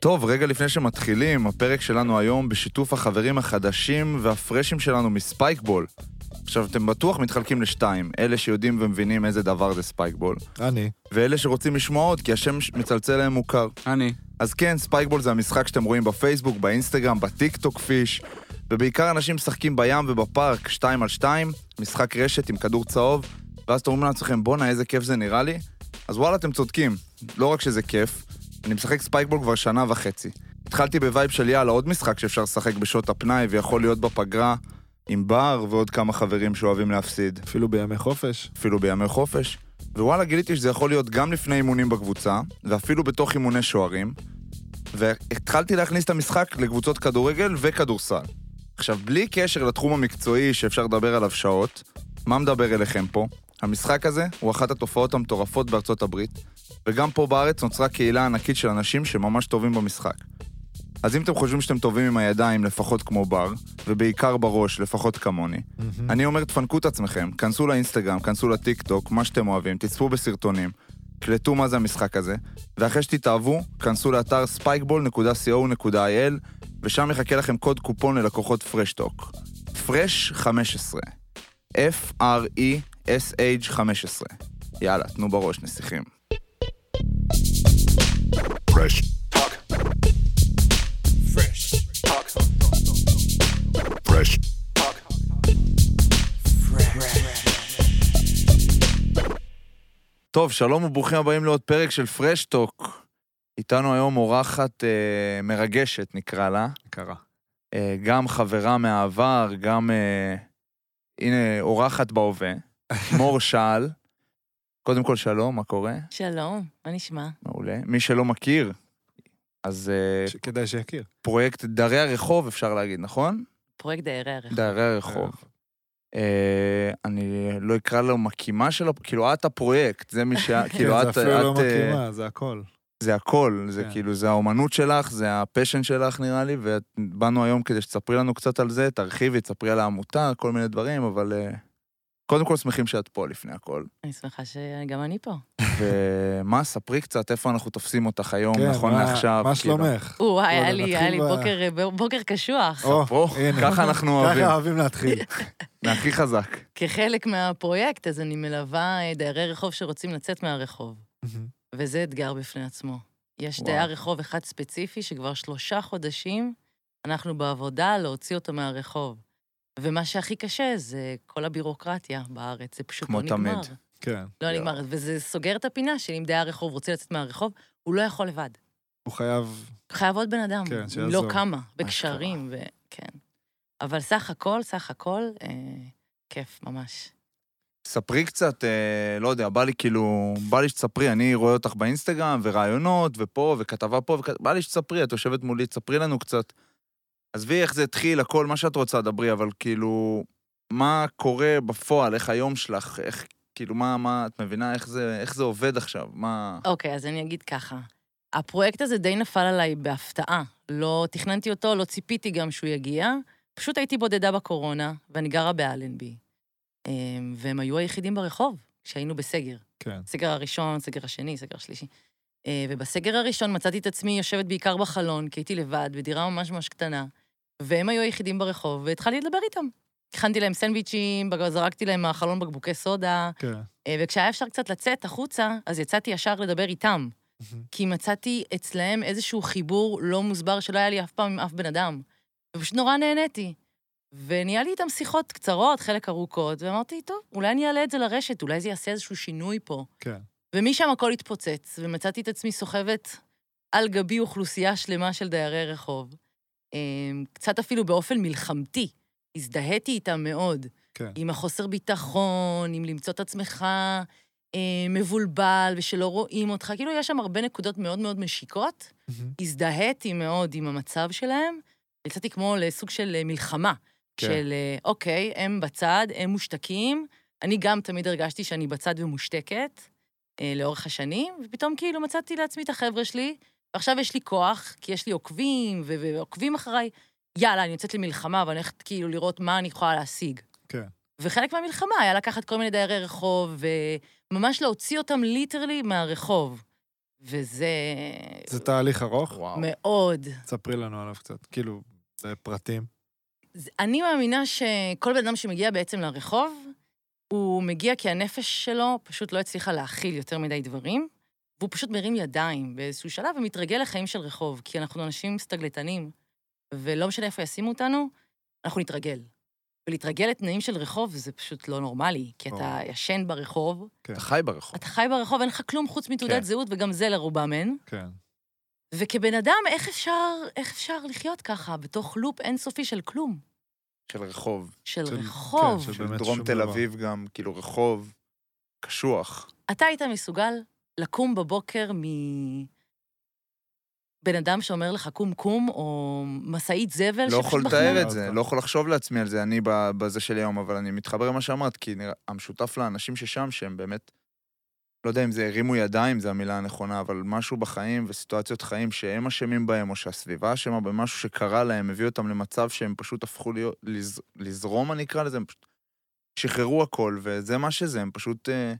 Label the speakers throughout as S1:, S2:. S1: טוב, רגע לפני שמתחילים, הפרק שלנו היום בשיתוף החברים החדשים והפרשים שלנו מספייקבול. עכשיו, אתם בטוח מתחלקים לשתיים, אלה שיודעים ומבינים איזה דבר זה ספייקבול,
S2: אני.
S1: ואלה שרוצים לשמוע עוד, כי השם ש- מצלצל להם מוכר.
S3: אני.
S1: אז כן, ספייקבול זה המשחק שאתם רואים בפייסבוק, באינסטגרם, בטיקטוק פיש, ובעיקר אנשים משחקים בים ובפארק, שתיים על שתיים, משחק רשת עם כדור צהוב, ואז אתם אומרים לעצמכם, בואנה, איזה כיף זה נראה לי. אז וואלה, אתם צודקים, לא רק שזה כיף, אני משחק ספייקבול כבר שנה וחצי. התחלתי בווייב של יאללה, עוד משחק שאפשר לשחק בשעות הפנאי ויכול להיות בפגרה, עם בר ועוד כמה חברים שאוהבים להפסיד.
S2: אפילו בימי חופש.
S1: אפילו בימי חופש. ווואלה, גיליתי שזה יכול להיות גם לפני אימונים בקבוצה, ואפילו בתוך אימוני שוערים. והתחלתי להכניס את המשחק לקבוצות כדורגל וכדורסל. עכשיו, בלי קשר לתחום המקצועי שאפשר לדבר עליו שעות, מה מדבר אליכם פה? המשחק הזה הוא אחת התופעות המטורפות בארצות הברית, וגם פה בארץ נוצרה קהילה ענקית של אנשים שממש טובים במשחק. אז אם אתם חושבים שאתם טובים עם הידיים לפחות כמו בר, ובעיקר בראש לפחות כמוני, אני אומר, תפנקו את עצמכם, כנסו לאינסטגרם, כנסו לטיק טוק, מה שאתם אוהבים, תצפו בסרטונים, קלטו מה זה המשחק הזה, ואחרי שתתאהבו, כנסו לאתר spikeball.co.il, ושם יחכה לכם קוד קופון ללקוחות פרשטוק. פרש 15. E F-R-E-S-H 15. יאללה, תנו בראש, נסיכים. טוב, שלום וברוכים הבאים לעוד פרק של פרשטוק. איתנו היום אורחת אה, מרגשת, נקרא לה.
S2: קרה.
S1: אה, גם חברה מהעבר, גם, אה, הנה, אורחת בהווה, מור שעל. קודם כל, שלום, מה קורה?
S4: שלום, מה נשמע?
S1: מעולה. מי שלא מכיר, אז אה,
S2: כדאי שיכיר.
S1: פרויקט דרי הרחוב, אפשר להגיד, נכון?
S4: פרויקט דיירי ערך.
S1: דרי הרחוב. אה, אני לא אקרא לו מקימה שלו, כאילו את הפרויקט, זה מי ש... כאילו
S2: כן,
S1: את...
S2: זה אפילו לא
S1: את, אה,
S2: מקימה, זה הכל.
S1: זה הכל, זה
S2: כן.
S1: כאילו, זה האומנות שלך, זה הפשן שלך נראה לי, ובאנו היום כדי שתספרי לנו קצת על זה, תרחיבי, תספרי על העמותה, כל מיני דברים, אבל אה, קודם כל שמחים שאת פה לפני הכל.
S4: אני שמחה שגם אני פה.
S1: ומה, ספרי קצת איפה אנחנו תופסים אותך היום,
S2: כן,
S1: נכון
S2: מה-
S1: לעכשיו.
S2: מה
S1: כאילו.
S2: שלומך?
S4: או, וואי,
S2: וואלה,
S4: היה לי, היה לי
S2: נתחיל ב-
S4: בוקר, אה, בוקר קשוח.
S2: או,
S1: פה,
S2: הנה.
S1: ככה אנחנו אוהבים,
S2: ככה אוהבים להתחיל.
S1: זה הכי חזק. אה,
S4: כחלק מהפרויקט, אז אני מלווה אה, דיירי רחוב שרוצים לצאת מהרחוב, וזה אתגר בפני עצמו. יש
S1: וואו.
S4: דייר רחוב אחד ספציפי שכבר שלושה חודשים אנחנו בעבודה להוציא אותו מהרחוב. ומה שהכי קשה זה כל הבירוקרטיה בארץ, זה פשוט
S1: כמו
S4: לא נגמר.
S1: תמיד.
S2: כן.
S4: לא
S1: יואו.
S4: נגמר, וזה סוגר את הפינה שאם דייר רחוב רוצה לצאת מהרחוב, הוא לא יכול לבד.
S2: הוא חייב...
S4: חייב עוד בן אדם,
S2: כן,
S4: אם
S2: שיעזור.
S4: לא כמה, בקשרים, ו... כן. אבל סך הכל, סך הכל, אה, כיף ממש.
S1: ספרי קצת, אה, לא יודע, בא לי כאילו, בא לי שתספרי, אני רואה אותך באינסטגרם, וראיונות, ופה, וכתבה פה, וכ... בא לי שתספרי, את יושבת מולי, תספרי לנו קצת. עזבי איך זה התחיל, הכל, מה שאת רוצה, דברי, אבל כאילו, מה קורה בפועל, איך היום שלך, איך, כאילו, מה, מה, את מבינה איך זה, איך זה עובד עכשיו, מה...
S4: אוקיי, אז אני אגיד ככה. הפרויקט הזה די נפל עליי בהפתעה. לא תכננתי אותו, לא ציפיתי גם שהוא יגיע. פשוט הייתי בודדה בקורונה, ואני גרה באלנבי. אה, והם היו היחידים ברחוב כשהיינו בסגר.
S2: כן.
S4: הסגר הראשון, הסגר השני, הסגר השלישי. אה, ובסגר הראשון מצאתי את עצמי יושבת בעיקר בחלון, כי הייתי לבד, בדירה ממש ממש קטנה, והם היו היחידים ברחוב, והתחלתי לדבר איתם. הכנתי להם סנדוויצ'ים, בג- זרקתי להם מהחלון בקבוקי סודה,
S2: כן.
S4: אה, וכשהיה אפשר קצת לצאת החוצה, אז יצאתי ישר לדבר איתם, כי מצאתי אצלהם איזשהו חיבור לא מוסבר שלא היה לי אף פעם עם אף בן אדם. ופשוט נורא נהניתי. ונהיה לי איתם שיחות קצרות, חלק ארוכות, ואמרתי, טוב, אולי אני אעלה את זה לרשת, אולי זה יעשה איזשהו שינוי פה.
S2: כן.
S4: ומשם הכל התפוצץ, ומצאתי את עצמי סוחבת על גבי אוכלוסייה שלמה של דיירי רחוב. אמ, קצת אפילו באופן מלחמתי, הזדהיתי איתם מאוד.
S2: כן.
S4: עם החוסר ביטחון, עם למצוא את עצמך אה, מבולבל ושלא רואים אותך, כאילו יש שם הרבה נקודות מאוד מאוד משיקות. הזדהיתי מאוד עם המצב שלהם, יצאתי כמו לסוג של אה, מלחמה,
S1: כן.
S4: כן. של אה, אוקיי, הם בצד, הם מושתקים, אני גם תמיד הרגשתי שאני בצד ומושתקת אה, לאורך השנים, ופתאום כאילו מצאתי לעצמי את החבר'ה שלי, ועכשיו יש לי כוח, כי יש לי עוקבים, ו- ועוקבים אחריי, יאללה, אני יוצאת למלחמה, ואני הולכת כאילו לראות מה אני יכולה להשיג.
S2: כן.
S4: וחלק מהמלחמה היה לקחת כל מיני דיירי רחוב, וממש להוציא אותם ליטרלי מהרחוב. וזה
S2: זה תהליך ארוך?
S1: וואו.
S4: מאוד.
S2: ספרי לנו עליו קצת, כאילו, בפרטים.
S4: זה- אני מאמינה שכל בן אדם שמגיע בעצם לרחוב, הוא מגיע כי הנפש שלו פשוט לא הצליחה להכיל יותר מדי דברים, והוא פשוט מרים ידיים באיזשהו שלב ומתרגל לחיים של רחוב, כי אנחנו אנשים סטגלטנים, ולא משנה איפה ישימו אותנו, אנחנו נתרגל. ולהתרגל לתנאים של רחוב זה פשוט לא נורמלי, כי אתה
S2: ברור.
S4: ישן ברחוב,
S1: אתה חי ברחוב.
S4: אתה חי ברחוב, אין לך כלום חוץ מתעודת
S1: כן.
S4: זהות, וגם זה לרובם אין.
S2: כן.
S4: וכבן אדם, איך אפשר, איך אפשר לחיות ככה, בתוך לופ אינסופי של כלום?
S1: של רחוב.
S4: של
S2: של-
S4: רחוב.
S2: כן, של
S1: של
S2: באמת
S1: דרום
S2: שום
S1: תל
S2: דבר.
S1: אביב גם, כאילו רחוב קשוח.
S4: אתה היית מסוגל לקום בבוקר מבן אדם שאומר לך קום קום, או משאית זבל
S1: לא יכול
S4: בחנה-
S1: לתאר את
S2: מחנה.
S1: זה, לא יכול לחשוב לעצמי על זה, אני ב- בזה של היום, אבל אני מתחבר למה שאמרת, כי נראה, המשותף לאנשים ששם, שהם באמת, לא יודע אם זה הרימו ידיים, זו המילה הנכונה, אבל משהו בחיים וסיטואציות חיים שהם אשמים בהם, או שהסביבה אשמה במשהו שקרה להם, הביא אותם למצב שהם פשוט הפכו להיות, לז, לזרום, אני אקרא לזה, הם פשוט שחררו הכל, וזה מה שזה, הם פשוט אה,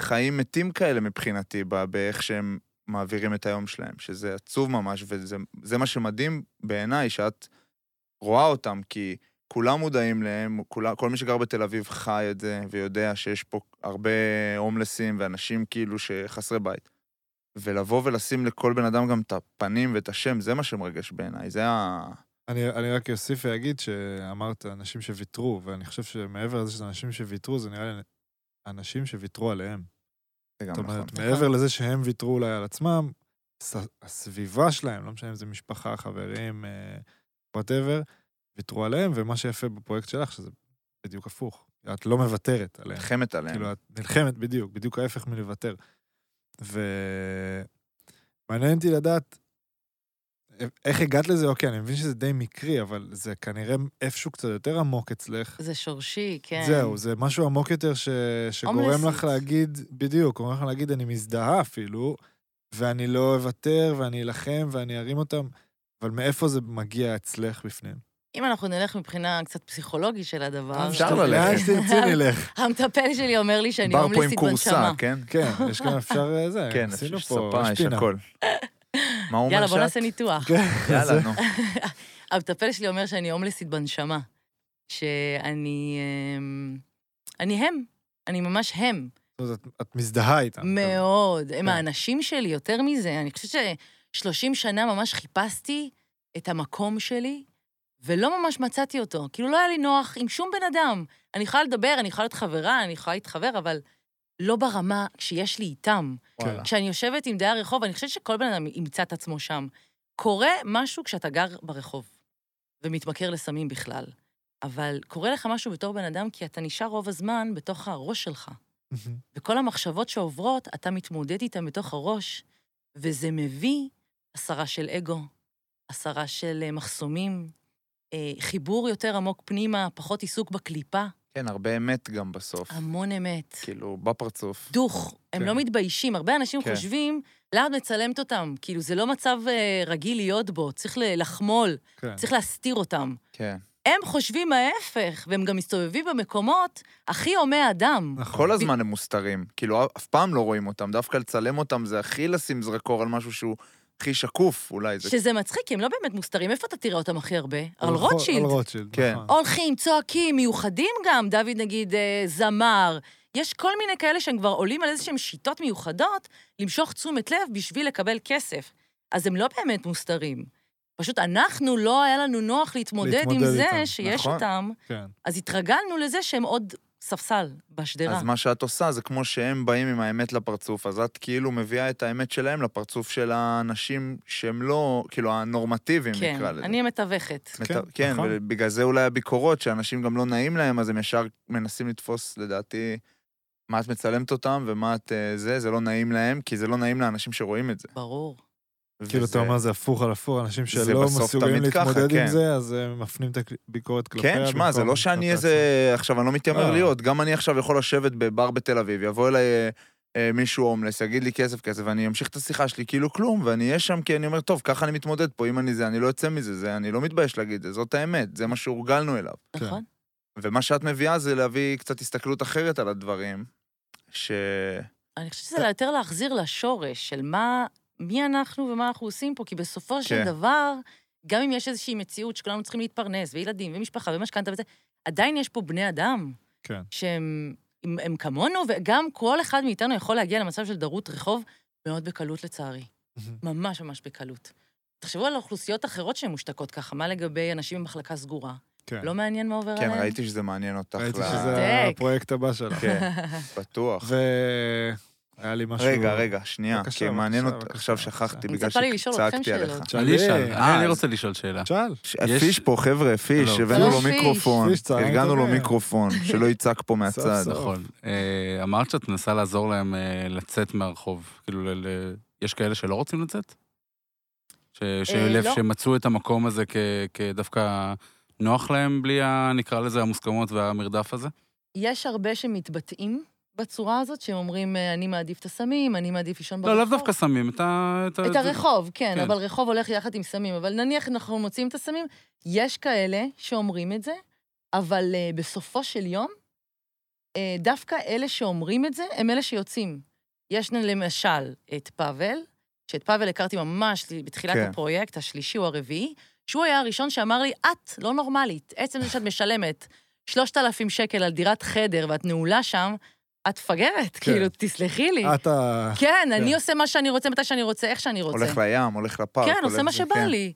S1: חיים מתים כאלה מבחינתי, ב- באיך שהם מעבירים את היום שלהם, שזה עצוב ממש, וזה זה מה שמדהים בעיניי, שאת רואה אותם, כי כולם מודעים להם, כולה, כל מי שגר בתל אביב חי את זה, ויודע שיש פה הרבה הומלסים ואנשים כאילו שחסרי בית. ולבוא ולשים לכל בן אדם גם את הפנים ואת השם, זה מה שמרגש בעיניי, זה ה...
S2: אני, אני רק אוסיף ואגיד שאמרת אנשים שוויתרו, ואני חושב שמעבר לזה שזה אנשים שוויתרו, זה נראה לי אנשים שוויתרו עליהם.
S1: זה גם
S2: זאת
S1: נכון.
S2: אומרת, מעבר לזה שהם ויתרו אולי על עצמם, ס- הסביבה שלהם, לא משנה אם זה משפחה, חברים, וואטאבר, ויתרו עליהם, ומה שיפה בפרויקט שלך, שזה בדיוק הפוך. את לא מוותרת עליהם.
S1: נלחמת עליהם.
S2: כאילו, את נלחמת בדיוק, בדיוק ההפך מלוותר. ומעניין אותי לדעת איך הגעת לזה, אוקיי, אני מבין שזה די מקרי, אבל זה כנראה איפשהו קצת יותר עמוק אצלך.
S4: זה שורשי, כן.
S2: זהו, זה משהו עמוק יותר ש... שגורם
S4: הומלסית.
S2: לך להגיד, בדיוק, גורם לך להגיד, אני מזדהה אפילו, ואני לא אוותר, ואני אלחם, ואני ארים אותם, אבל מאיפה זה מגיע אצלך בפנים?
S4: אם אנחנו נלך מבחינה קצת פסיכולוגית של הדבר,
S1: אפשר
S2: לאן
S1: ללכת.
S2: שתרצי נלך.
S4: המטפל שלי אומר לי שאני
S1: בר פה עם
S4: הומלסית
S1: כורסה,
S4: בנשמה.
S1: כן?
S2: כן, יש גם אפשר אה, זה,
S1: כן,
S2: עשינו
S1: יש
S2: פה,
S1: ספה,
S2: יש
S1: יש
S2: פינה.
S1: הכל. מה הוא אומר
S4: יאללה,
S1: שאת?
S4: בוא נעשה ניתוח.
S2: כן,
S1: יאללה,
S2: זה-
S1: נו.
S4: המטפל שלי אומר שאני הומלסית בנשמה, שאני... אמ, אני הם, אני ממש הם.
S2: זאת אומרת, את- את מזדהה איתם.
S4: מאוד.
S2: כן.
S4: הם האנשים שלי, יותר מזה. אני חושבת ש-30 שנה ממש חיפשתי את המקום שלי, ולא ממש מצאתי אותו. כאילו, לא היה לי נוח עם שום בן אדם. אני יכולה לדבר, אני יכולה להיות חברה, אני יכולה להתחבר, אבל לא ברמה שיש לי איתם.
S2: וואלה.
S1: אה.
S4: כשאני יושבת עם דייר רחוב, אני חושבת שכל בן אדם ימצא את עצמו שם. קורה משהו כשאתה גר ברחוב ומתמכר לסמים בכלל, אבל קורה לך משהו בתור בן אדם כי אתה נשאר רוב הזמן בתוך הראש שלך.
S2: מהמם.
S4: וכל המחשבות שעוברות, אתה מתמודד איתן בתוך הראש, וזה מביא הסרה של אגו, הסרה של אה, מחסומים, אה, חיבור יותר עמוק פנימה, פחות עיסוק בקליפה,
S1: כן, הרבה אמת גם בסוף.
S4: המון אמת.
S1: כאילו, בפרצוף.
S4: דוך, הם
S2: כן.
S4: לא מתביישים. הרבה אנשים
S1: כן.
S4: חושבים, למה את מצלמת אותם? כאילו, זה לא מצב אה, רגיל להיות בו, צריך ל- לחמול,
S2: כן.
S4: צריך להסתיר אותם.
S1: כן.
S4: הם חושבים ההפך, והם גם מסתובבים במקומות הכי הומי אדם.
S2: נכון.
S1: כל הזמן הם מוסתרים, כאילו אף פעם לא רואים אותם, דווקא לצלם אותם זה הכי לשים זרקור על משהו שהוא הכי שקוף, אולי זה...
S4: שזה מצחיק, כי הם לא באמת מוסתרים. איפה אתה תראה אותם הכי הרבה? על
S2: נכון,
S4: רוטשילד.
S2: על רוטשילד,
S1: כן.
S2: נכון.
S4: הולכים, צועקים, מיוחדים גם, דוד נגיד אה, זמר. יש כל מיני כאלה שהם כבר עולים על איזשהן שיטות מיוחדות למשוך תשומת לב בשביל לקבל כסף. אז הם לא באמת מוסתרים. פשוט אנחנו, לא היה לנו נוח להתמודד,
S2: להתמודד
S4: עם זה
S2: איתם,
S4: שיש
S1: נכון.
S4: אותם,
S2: כן.
S4: אז התרגלנו לזה שהם עוד ספסל בשדרה.
S1: אז מה שאת עושה זה כמו שהם באים עם האמת לפרצוף, אז את כאילו מביאה את האמת שלהם לפרצוף של האנשים שהם לא, כאילו הנורמטיביים
S4: כן,
S1: נקרא לזה.
S4: אני המתווכת.
S1: מת-
S2: כן,
S1: כן,
S2: נכון.
S1: ובגלל זה אולי הביקורות, שאנשים גם לא נעים להם, אז הם ישר מנסים לתפוס, לדעתי, מה את מצלמת אותם ומה את אה, זה, זה לא נעים להם, כי זה לא נעים לאנשים שרואים את זה.
S4: ברור.
S2: כאילו, אתה
S1: וזה-
S2: אומר, זה הפוך על הפוך, אנשים
S1: זה
S2: שלא
S1: בסוף
S2: מסוגלים
S1: תמיד ככה,
S2: להתמודד עם
S1: כן.
S2: זה, אז הם מפנים את הביקורת כלפיה.
S1: כן, שמע, זה
S2: במקום
S1: לא שאני
S2: כלפי
S1: איזה... עכשיו, אני לא מתיימר
S2: לא.
S1: להיות. גם אני עכשיו יכול לשבת בבר בתל אביב, יבוא אליי אה, אה, מישהו הומלס, יגיד לי כסף, כסף, ואני אמשיך את השיחה שלי כאילו כלום, ואני אהיה שם כי אני אומר, טוב, ככה אני מתמודד פה, אם אני זה, אני לא יוצא מזה, זה, אני לא מתבייש להגיד, זה, זאת האמת, זה מה שהורגלנו אליו.
S2: כן.
S4: נכון?
S1: ומה שאת מביאה זה להביא קצת הסתכלות אחרת על הדברים, ש... אה.
S4: אני חושבת שזה יותר להחזיר לשורש של מה מי אנחנו ומה אנחנו עושים פה, כי בסופו של
S1: כן.
S4: דבר, גם אם יש איזושהי מציאות שכולנו צריכים להתפרנס, וילדים, ומשפחה, ומשכנתה וזה, עדיין יש פה בני אדם
S2: כן.
S4: שהם הם, הם כמונו, וגם כל אחד מאיתנו יכול להגיע למצב של דרות רחוב מאוד בקלות, לצערי. ממש ממש בקלות. תחשבו על אוכלוסיות אחרות שהן מושתקות ככה, מה לגבי אנשים במחלקה סגורה?
S2: כן.
S4: לא מעניין מה עובר
S1: כן,
S4: עליהם?
S1: ראיתי שזה מעניין אותך.
S2: ראיתי
S1: ל-
S2: שזה
S4: צודק.
S2: הפרויקט הבא שלך.
S1: כן, בטוח.
S2: והיה לי משהו...
S1: רגע, רגע, שנייה,
S2: בבקשה,
S1: כי מעניין
S2: בבקשה,
S1: אותי,
S2: בבקשה,
S1: עכשיו
S2: בבקשה.
S1: שכחתי,
S4: אני
S1: בגלל
S4: מצפה לי לשאול אתכם
S1: שצעקתי
S4: שאלות.
S1: עליך.
S2: שאלי,
S3: אני אשאל,
S1: אה,
S3: אני- אני
S1: אז-
S3: רוצה לשאול שאלה.
S2: שאל.
S1: ש-
S3: יש-
S1: הפיש פה, חבר'ה, פיש,
S3: שלום.
S1: הבאנו לו
S4: שלום, פיש.
S1: מיקרופון,
S2: פיש, צהריים
S1: ארגנו לו
S2: טובים.
S1: מיקרופון, שלא יצעק פה מהצד.
S2: סוף.
S3: נכון. אה, אמרת שאת מנסה לעזור להם אה, לצאת מהרחוב. כאילו, ל- ל- יש כאלה שלא רוצים לצאת? ש- שלב-
S4: לא.
S3: שמצאו את המקום הזה כ- כדווקא נוח להם בלי, ה- נקרא לזה, המוסכמות והמרדף הזה?
S4: יש הרבה שמתבטאים בצורה הזאת, שהם אומרים, "אה, אני מעדיף את הסמים, אני מעדיף לישון ברחוב.
S3: לא, לאו דווקא סמים, את ה... ה-
S4: את הרחוב, כן,
S3: כן.
S4: אבל רחוב הולך יחד עם סמים. אבל נניח אנחנו מוצאים את הסמים, יש כאלה שאומרים את זה, אבל אה, בסופו של יום, אה, דווקא אלה שאומרים את זה, הם אלה שיוצאים. יש לנו למשל את פאבל, שאת פאבל הכרתי ממש בתחילת
S1: כן.
S4: הפרויקט, השלישי או הרביעי, שהוא היה הראשון שאמר לי, את לא נורמלית. עצם זה שאת משלמת 3,000 שקל על דירת חדר ואת נעולה שם, את מפגרת,
S2: כן.
S4: כאילו, תסלחי לי.
S2: את ה...
S4: כן, אני
S2: כן.
S4: עושה מה שאני רוצה, מתי שאני רוצה, איך שאני רוצה.
S1: הולך לים, הולך לפארק.
S4: כן,
S1: הולך
S4: עושה מה
S1: זה,
S4: שבא
S1: כן.
S4: לי.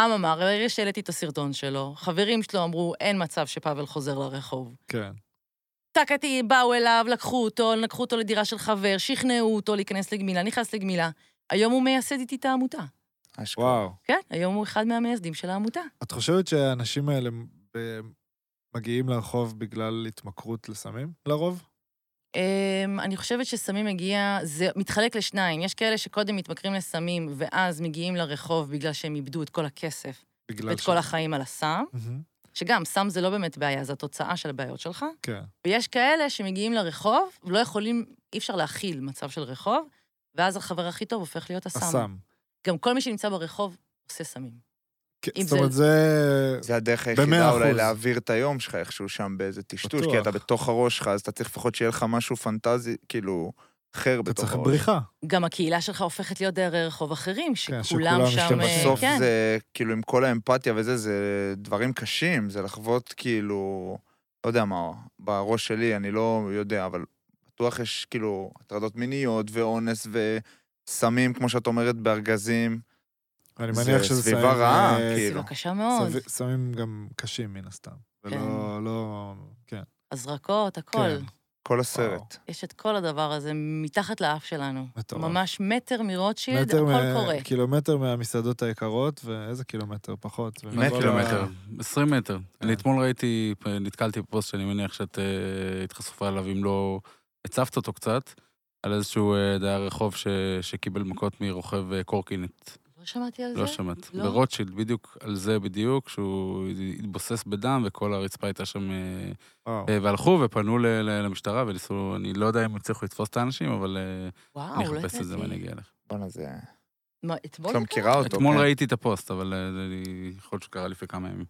S4: אממה, ברגע שהעליתי את הסרטון שלו, חברים שלו אמרו, אין מצב שפאבל חוזר לרחוב.
S2: כן.
S4: טקתי, באו אליו, לקחו אותו, לקחו אותו לדירה של חבר, שכנעו אותו להיכנס לגמילה, נכנס לגמילה. היום הוא מייסד איתי את העמותה.
S1: אשכרה.
S2: וואו.
S4: כן, היום הוא אחד מהמייסדים של העמותה.
S2: את חושבת שהאנשים האלה ב- מגיעים לרחוב בגלל התמכרות לסמים, לרוב?
S4: אמ, אני חושבת שסמים מגיע, זה מתחלק לשניים. יש כאלה שקודם מתמכרים לסמים, ואז מגיעים לרחוב בגלל שהם איבדו את כל הכסף
S2: בגלל
S1: לא
S4: ואת
S2: ש-
S4: כל החיים על הסם.
S2: מהמם,
S4: שגם, סם זה לא באמת בעיה, זו התוצאה של הבעיות שלך.
S2: כן.
S4: ויש כאלה שמגיעים לרחוב ולא יכולים, אי אפשר להכיל מצב של רחוב, ואז החבר הכי טוב הופך להיות הסם.
S2: הסם.
S4: גם כל מי שנמצא ברחוב עושה סמים.
S2: כן,
S4: אם
S2: זאת אומרת,
S4: זה-
S2: זה...
S1: זה הדרך
S2: במאה
S1: היחידה אולי
S2: אחוז.
S1: להעביר את היום שלך איכשהו שם באיזה טשטוש,
S2: בטוח.
S1: כי אתה בתוך הראש שלך, אז אתה צריך לפחות שיהיה לך משהו פנטזי, כאילו, אחר
S2: אתה
S1: בתוך
S2: צריך
S1: הראש.
S2: בריחה.
S4: גם הקהילה שלך הופכת להיות דיירי רחוב אחרים,
S2: כן,
S4: שכולם
S2: שכולם
S4: שם... אה,
S2: משתמשים.
S1: בסוף
S4: כן.
S1: זה, כאילו, עם כל האמפתיה וזה, זה דברים קשים, זה לחוות כאילו, לא יודע מה, בראש שלי, אני לא יודע, אבל בטוח יש כאילו הטרדות מיניות ואונס וסמים, כמו שאת אומרת, בארגזים.
S2: אני
S1: זה
S2: מניח שזה
S1: סביבה
S2: סמים,
S1: רעה,
S2: אה,
S1: כאילו.
S4: סביבה קשה מאוד.
S2: סבי- סמים גם קשים מן הסתם. ולא, לא... כן.
S4: הזרקות, הכל.
S2: כן.
S1: כל הסרט.
S4: יש את כל הדבר הזה מתחת לאף שלנו.
S2: מטורף.
S4: ממש מטר מרוטשילד,
S2: מטר כן.
S4: הכל
S2: מה-
S4: קורה.
S2: קילומטר מהמסעדות היקרות, ואיזה קילומטר? פחות.
S3: מה
S1: מטר.
S2: וכל ה-
S3: קילומטר? 20 אה, מטר.
S2: כן.
S3: אני אתמול ראיתי, אה, נתקלתי בפוסט שאני מניח שאת אה, היית חשופה אליו, אם לא הצפת אותו קצת, על איזשהו אה, דייר רחוב ש- שקיבל מכות מרוכב אה, קורקינט.
S4: לא שמעתי על
S3: לא
S4: זה?
S3: שמעת.
S4: לא?
S3: ברוטשילד, בדיוק על זה בדיוק, שהוא התבוסס בדם וכל הרצפה הייתה שם... אה,
S2: וואו.
S3: אה, והלכו ופנו ל- ל- למשטרה וניסו, אני לא יודע אם הצליחו לתפוס את האנשים, אבל אה, אני
S4: וואו, לא
S3: אחפש את זה ואני
S4: ידעתי.
S3: אגיע לך.
S1: בואנה, זה...
S4: מה,
S1: את
S4: אתמול?
S1: לא
S4: זה
S1: מכירה אותו.
S3: אתמול
S1: כן.
S3: ראיתי את הפוסט, אבל אה, זה- יכול להיות שקרה לפני כמה ימים.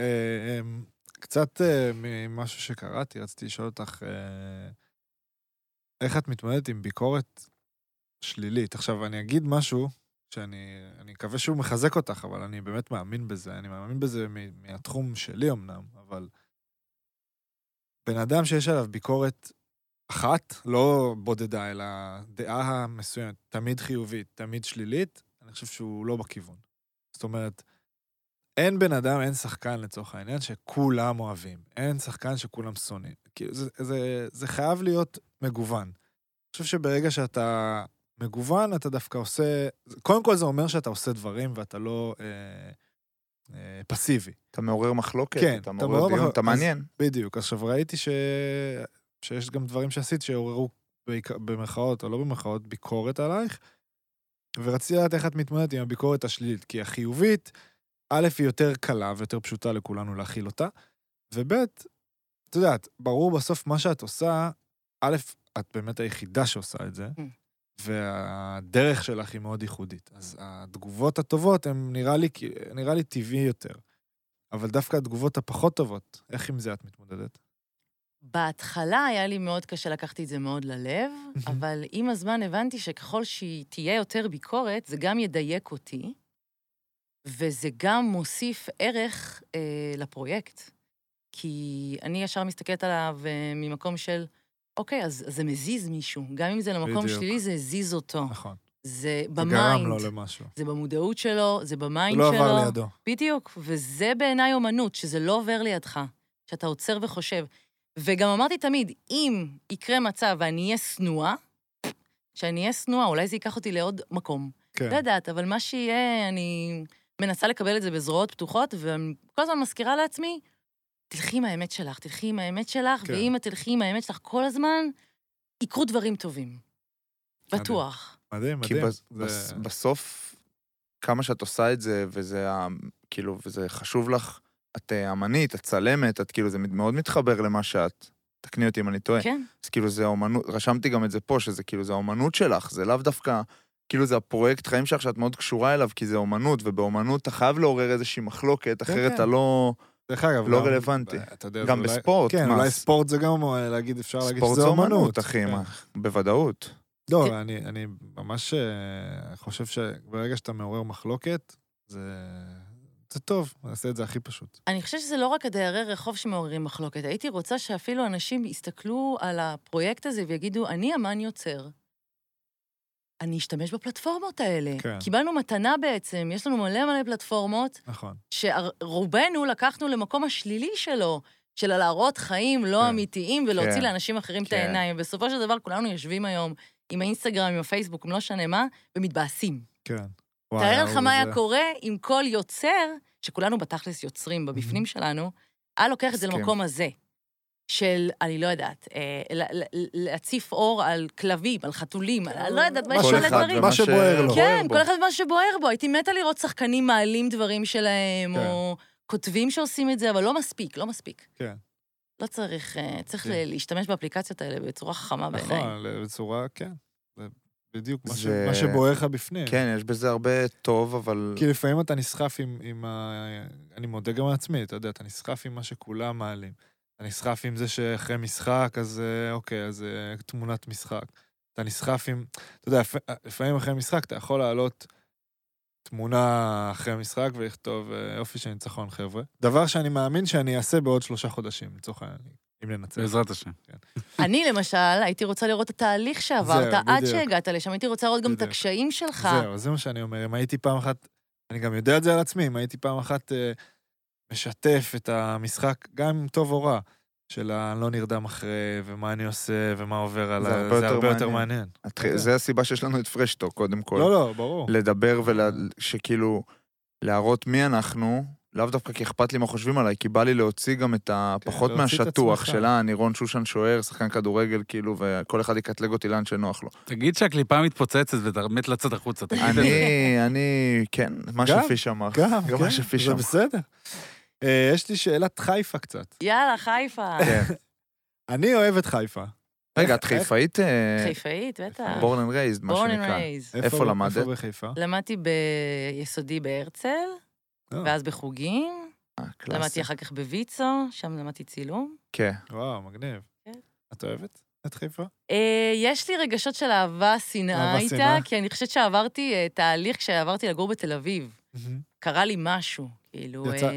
S2: אה, אמ, קצת אה, ממשהו שקראתי, רציתי לשאול אותך, אה, איך את מתמודדת עם ביקורת שלילית? עכשיו, אני אגיד משהו שאני אני מקווה שהוא מחזק אותך, אבל אני באמת מאמין בזה. אני מאמין בזה מ- מהתחום שלי אמנם, אבל בן אדם שיש עליו ביקורת אחת, לא בודדה, אלא דעה מסוימת, תמיד חיובית, תמיד שלילית, אני חושב שהוא לא בכיוון. זאת אומרת, אין בן אדם, אין שחקן לצורך העניין, שכולם אוהבים. אין שחקן שכולם שונאים. כאילו, זה, זה, זה חייב להיות מגוון. אני חושב שברגע שאתה מגוון, אתה דווקא עושה... קודם כל זה אומר שאתה עושה דברים ואתה לא אה, אה, פסיבי.
S1: אתה מעורר מחלוקת,
S2: כן,
S1: אתה
S2: אתה
S1: מעורר
S2: מעורר
S1: דיון,
S2: מחלוקת.
S1: אתה
S2: אז-
S1: מעניין.
S2: בדיוק. עכשיו, ראיתי ש... שיש גם דברים שעשית שעוררו בעיק- במרכאות או לא במרכאות ביקורת עלייך, ורציתי לדעת איך את מתמודדת עם הביקורת השלילית, כי החיובית, א', היא יותר קלה ויותר פשוטה לכולנו להכיל אותה, וב', את יודעת, ברור בסוף מה שאת עושה, א', את באמת היחידה שעושה את זה,
S4: Mm.
S2: והדרך שלך היא מאוד ייחודית. אז התגובות הטובות הן נראה לי, כי- נראה לי טבעי יותר. אבל דווקא התגובות הפחות טובות, איך עם זה את מתמודדת?
S4: בהתחלה היה לי מאוד קשה, לקחתי את זה מאוד ללב, אבל עם הזמן הבנתי שככל שתהיה יותר ביקורת, זה גם ידייק אותי, וזה גם מוסיף ערך אה, לפרויקט. כי אני ישר מסתכלת עליו אה, ממקום של, אוקיי, אז, אז זה מזיז מישהו. גם אם זה למקום
S2: בדיוק.
S4: שלילי, זה הזיז אותו.
S2: נכון.
S4: זה
S2: זה גרם לו
S4: במיינד,
S2: למשהו.
S4: זה במודעות שלו, זה
S2: זה
S4: במיינד
S2: לא
S4: שלו.
S2: עבר לידו.
S4: בדיוק, וזה בעיניי אומנות, שזה לא עובר לידך, שאתה עוצר וחושב. וגם אמרתי תמיד, אם יקרה מצב ואני אהיה שנואה, כשאני אהיה שנואה, אולי זה ייקח אותי לעוד מקום.
S2: כן.
S4: לא יודעת, אבל מה שיהיה, אני מנסה לקבל את זה בזרועות פתוחות, וכל הזמן מזכירה לעצמי, תלכי עם האמת שלך, תלכי עם האמת שלך,
S2: כן.
S4: ואם את תלכי עם האמת שלך כל הזמן, יקרו דברים טובים. בטוח.
S2: מדהים,
S1: כי
S2: מדהים.
S1: בס-
S2: זה-
S1: בס- בסוף, כמה שאת עושה את זה, וזה ה- כאילו, וזה חשוב לך, את אה, אמנית, את צלמת, את כאילו, זה מאוד מתחבר למה שאת. תקני אותי אם אני
S2: אוקיי.
S1: טועה.
S4: כן,
S1: אז כאילו זה האומנות, רשמתי גם את זה פה, שזה כאילו זה האומנות שלך, זה לאו דווקא, כאילו זה הפרויקט חיים שלך שאת מאוד קשורה אליו, כי זה אומנות, ובאומנות אתה חייב לעורר איזושהי מחלוקת, אחרת
S2: כן.
S1: אתה לא...
S2: דרך אגב,
S1: לא
S2: גם-
S1: רלוונטי.
S2: אה, אתה יודע,
S1: גם
S2: זה אולי-
S1: בספורט,
S2: כן,
S1: מה,
S2: אולי
S1: ס-
S2: ספורט זה גם, אה, להגיד, אפשר להגיד
S1: ספורט
S2: שזה
S1: זה
S2: אומנות.
S1: אומנות, אחי,
S2: כן.
S1: מה, בוודאות.
S2: לא, אני, אני ממש אה, חושב שברגע שאתה מעורר מחלוקת, זה, זה טוב, נעשה את זה הכי פשוט.
S4: אני חושבת שזה לא רק הדיירי רחוב שמעוררים מחלוקת. הייתי רוצה שאפילו אנשים יסתכלו על הפרויקט הזה ויגידו, אני אמן יוצר. אני אשתמש בפלטפורמות האלה.
S2: כן.
S4: קיבלנו מתנה בעצם, יש לנו מלא מלא פלטפורמות,
S2: נכון.
S4: שרובנו לקחנו למקום השלילי שלו, של להראות חיים לא
S2: כן.
S4: אמיתיים ולהוציא
S1: כן.
S4: לאנשים אחרים את
S1: כן.
S4: העיניים. בסופו של דבר כולנו יושבים היום עם האינסטגרם, עם הפייסבוק, עם לא משנה מה, ומתבאסים.
S2: כן. וואי,
S4: תאר לך מה
S2: זה-
S4: היה קורה אם כל יוצר, שכולנו בתכלס יוצרים בבפנים שלנו, היה לוקח את זה
S1: מסכים.
S4: למקום הזה, של, אני לא יודעת, אה, ל- ל- להציף אור על כלבים, על חתולים, על לא יודעת, מה יש
S1: כל
S4: מלא
S1: אחד
S4: דברים.
S1: ומה
S2: מה שבוער לו.
S1: בוער
S4: כן,
S1: בו.
S4: כל אחד מה שבוער בו. הייתי מתה לראות שחקנים מעלים דברים שלהם,
S2: כן.
S4: או כותבים שעושים את זה, אבל לא מספיק, לא מספיק.
S2: כן.
S4: לא צריך, אה, צריך
S2: כן.
S4: ל- להשתמש באפליקציות האלה בצורה חכמה בעיניי.
S2: נכון, בצורה, כן. זה בדיוק מה ש-
S1: זה-
S2: מה שבוער לך בפנים.
S1: כן, יש בזה הרבה טוב, אבל...
S2: כי לפעמים אתה נסחף עם, עם ה... אני מודה גם על עצמי, אתה יודע, אתה נסחף עם מה שכולם מעלים. אתה נסחף עם זה שאחרי משחק, אז אה, אוקיי, אז אה, תמונת משחק. אתה נסחף עם... אתה יודע, לפ- לפעמים אחרי משחק אתה יכול להעלות תמונה אחרי המשחק ולכתוב אה, יופי של ניצחון, חבר'ה. דבר שאני מאמין שאני אעשה בעוד שלושה חודשים, לצורך העניין, אם ננצח.
S3: בעזרת השם.
S4: אני, למשל, הייתי רוצה לראות את התהליך שעברת
S2: זהו,
S4: עד
S2: בדיוק.
S4: שהגעת לשם, הייתי רוצה לראות גם את
S2: בדיוק.
S4: הקשיים שלך.
S2: זהו, זה מה שאני אומר. אם הייתי פעם אחת, אני גם יודע את זה על עצמי, אם הייתי פעם אחת אה, משתף את המשחק, גם אם טוב או רע, של אני לא נרדם אחרי, ומה אני עושה, ומה עובר עליי,
S1: הרבה יותר מעניין.
S2: מעניין.
S1: התח- זה הסיבה שיש לנו את פרשטוק, קודם כל.
S2: לא, לא, ברור.
S1: לדבר ושכאילו, להראות מי אנחנו, לאו דווקא כי אכפת לי מה חושבים עליי, כי בא לי להוציא גם את
S2: כן,
S1: הפחות
S2: להוציא את
S1: מהשטוח
S2: עצמך.
S1: שלה, אני רון שושן שוער, שחקן כדורגל, כאילו, וכל אחד יקטלג אותי לאן שנוח לו.
S3: תגיד שהקליפה מתפוצצת ואתה מת לצאת החוצה, תגיד את זה.
S1: אני, אני, כן, מה
S2: גם,
S1: שפיש אמר.
S2: גם,
S1: גם מה
S2: כן,
S1: שפיש
S2: זה
S1: אמר.
S2: בסדר. אה, יש לי שאלת חיפה קצת.
S4: יאללה, חיפה.
S1: כן.
S2: אני אוהב את חיפה.
S1: רגע, את חיפאית?
S2: כן.
S1: אה,
S4: חיפאית, בטח.
S1: born and raised, מה
S4: בורן
S1: שנקרא.
S4: רייז.
S1: איפה למדת?
S2: איפה בחיפה?
S4: למדתי ביסודי בהרצל,
S2: אה,
S4: ואז בחוגים,
S1: אה, קלאסי.
S4: למדתי אחר כך בוויצו, שם למדתי צילום.
S1: כן.
S2: אה, וואו, מגניב.
S4: כן.
S2: את אוהבת את חיפה?
S4: אה, יש לי רגשות של אהבה,
S2: אהבה,
S4: שנאה איתה,
S2: שנאה.
S4: כי אני חושבת שעברתי אה, תהליך כשעברתי לגור בתל אביב. קרה לי משהו, כאילו,
S2: יצא-
S4: אה,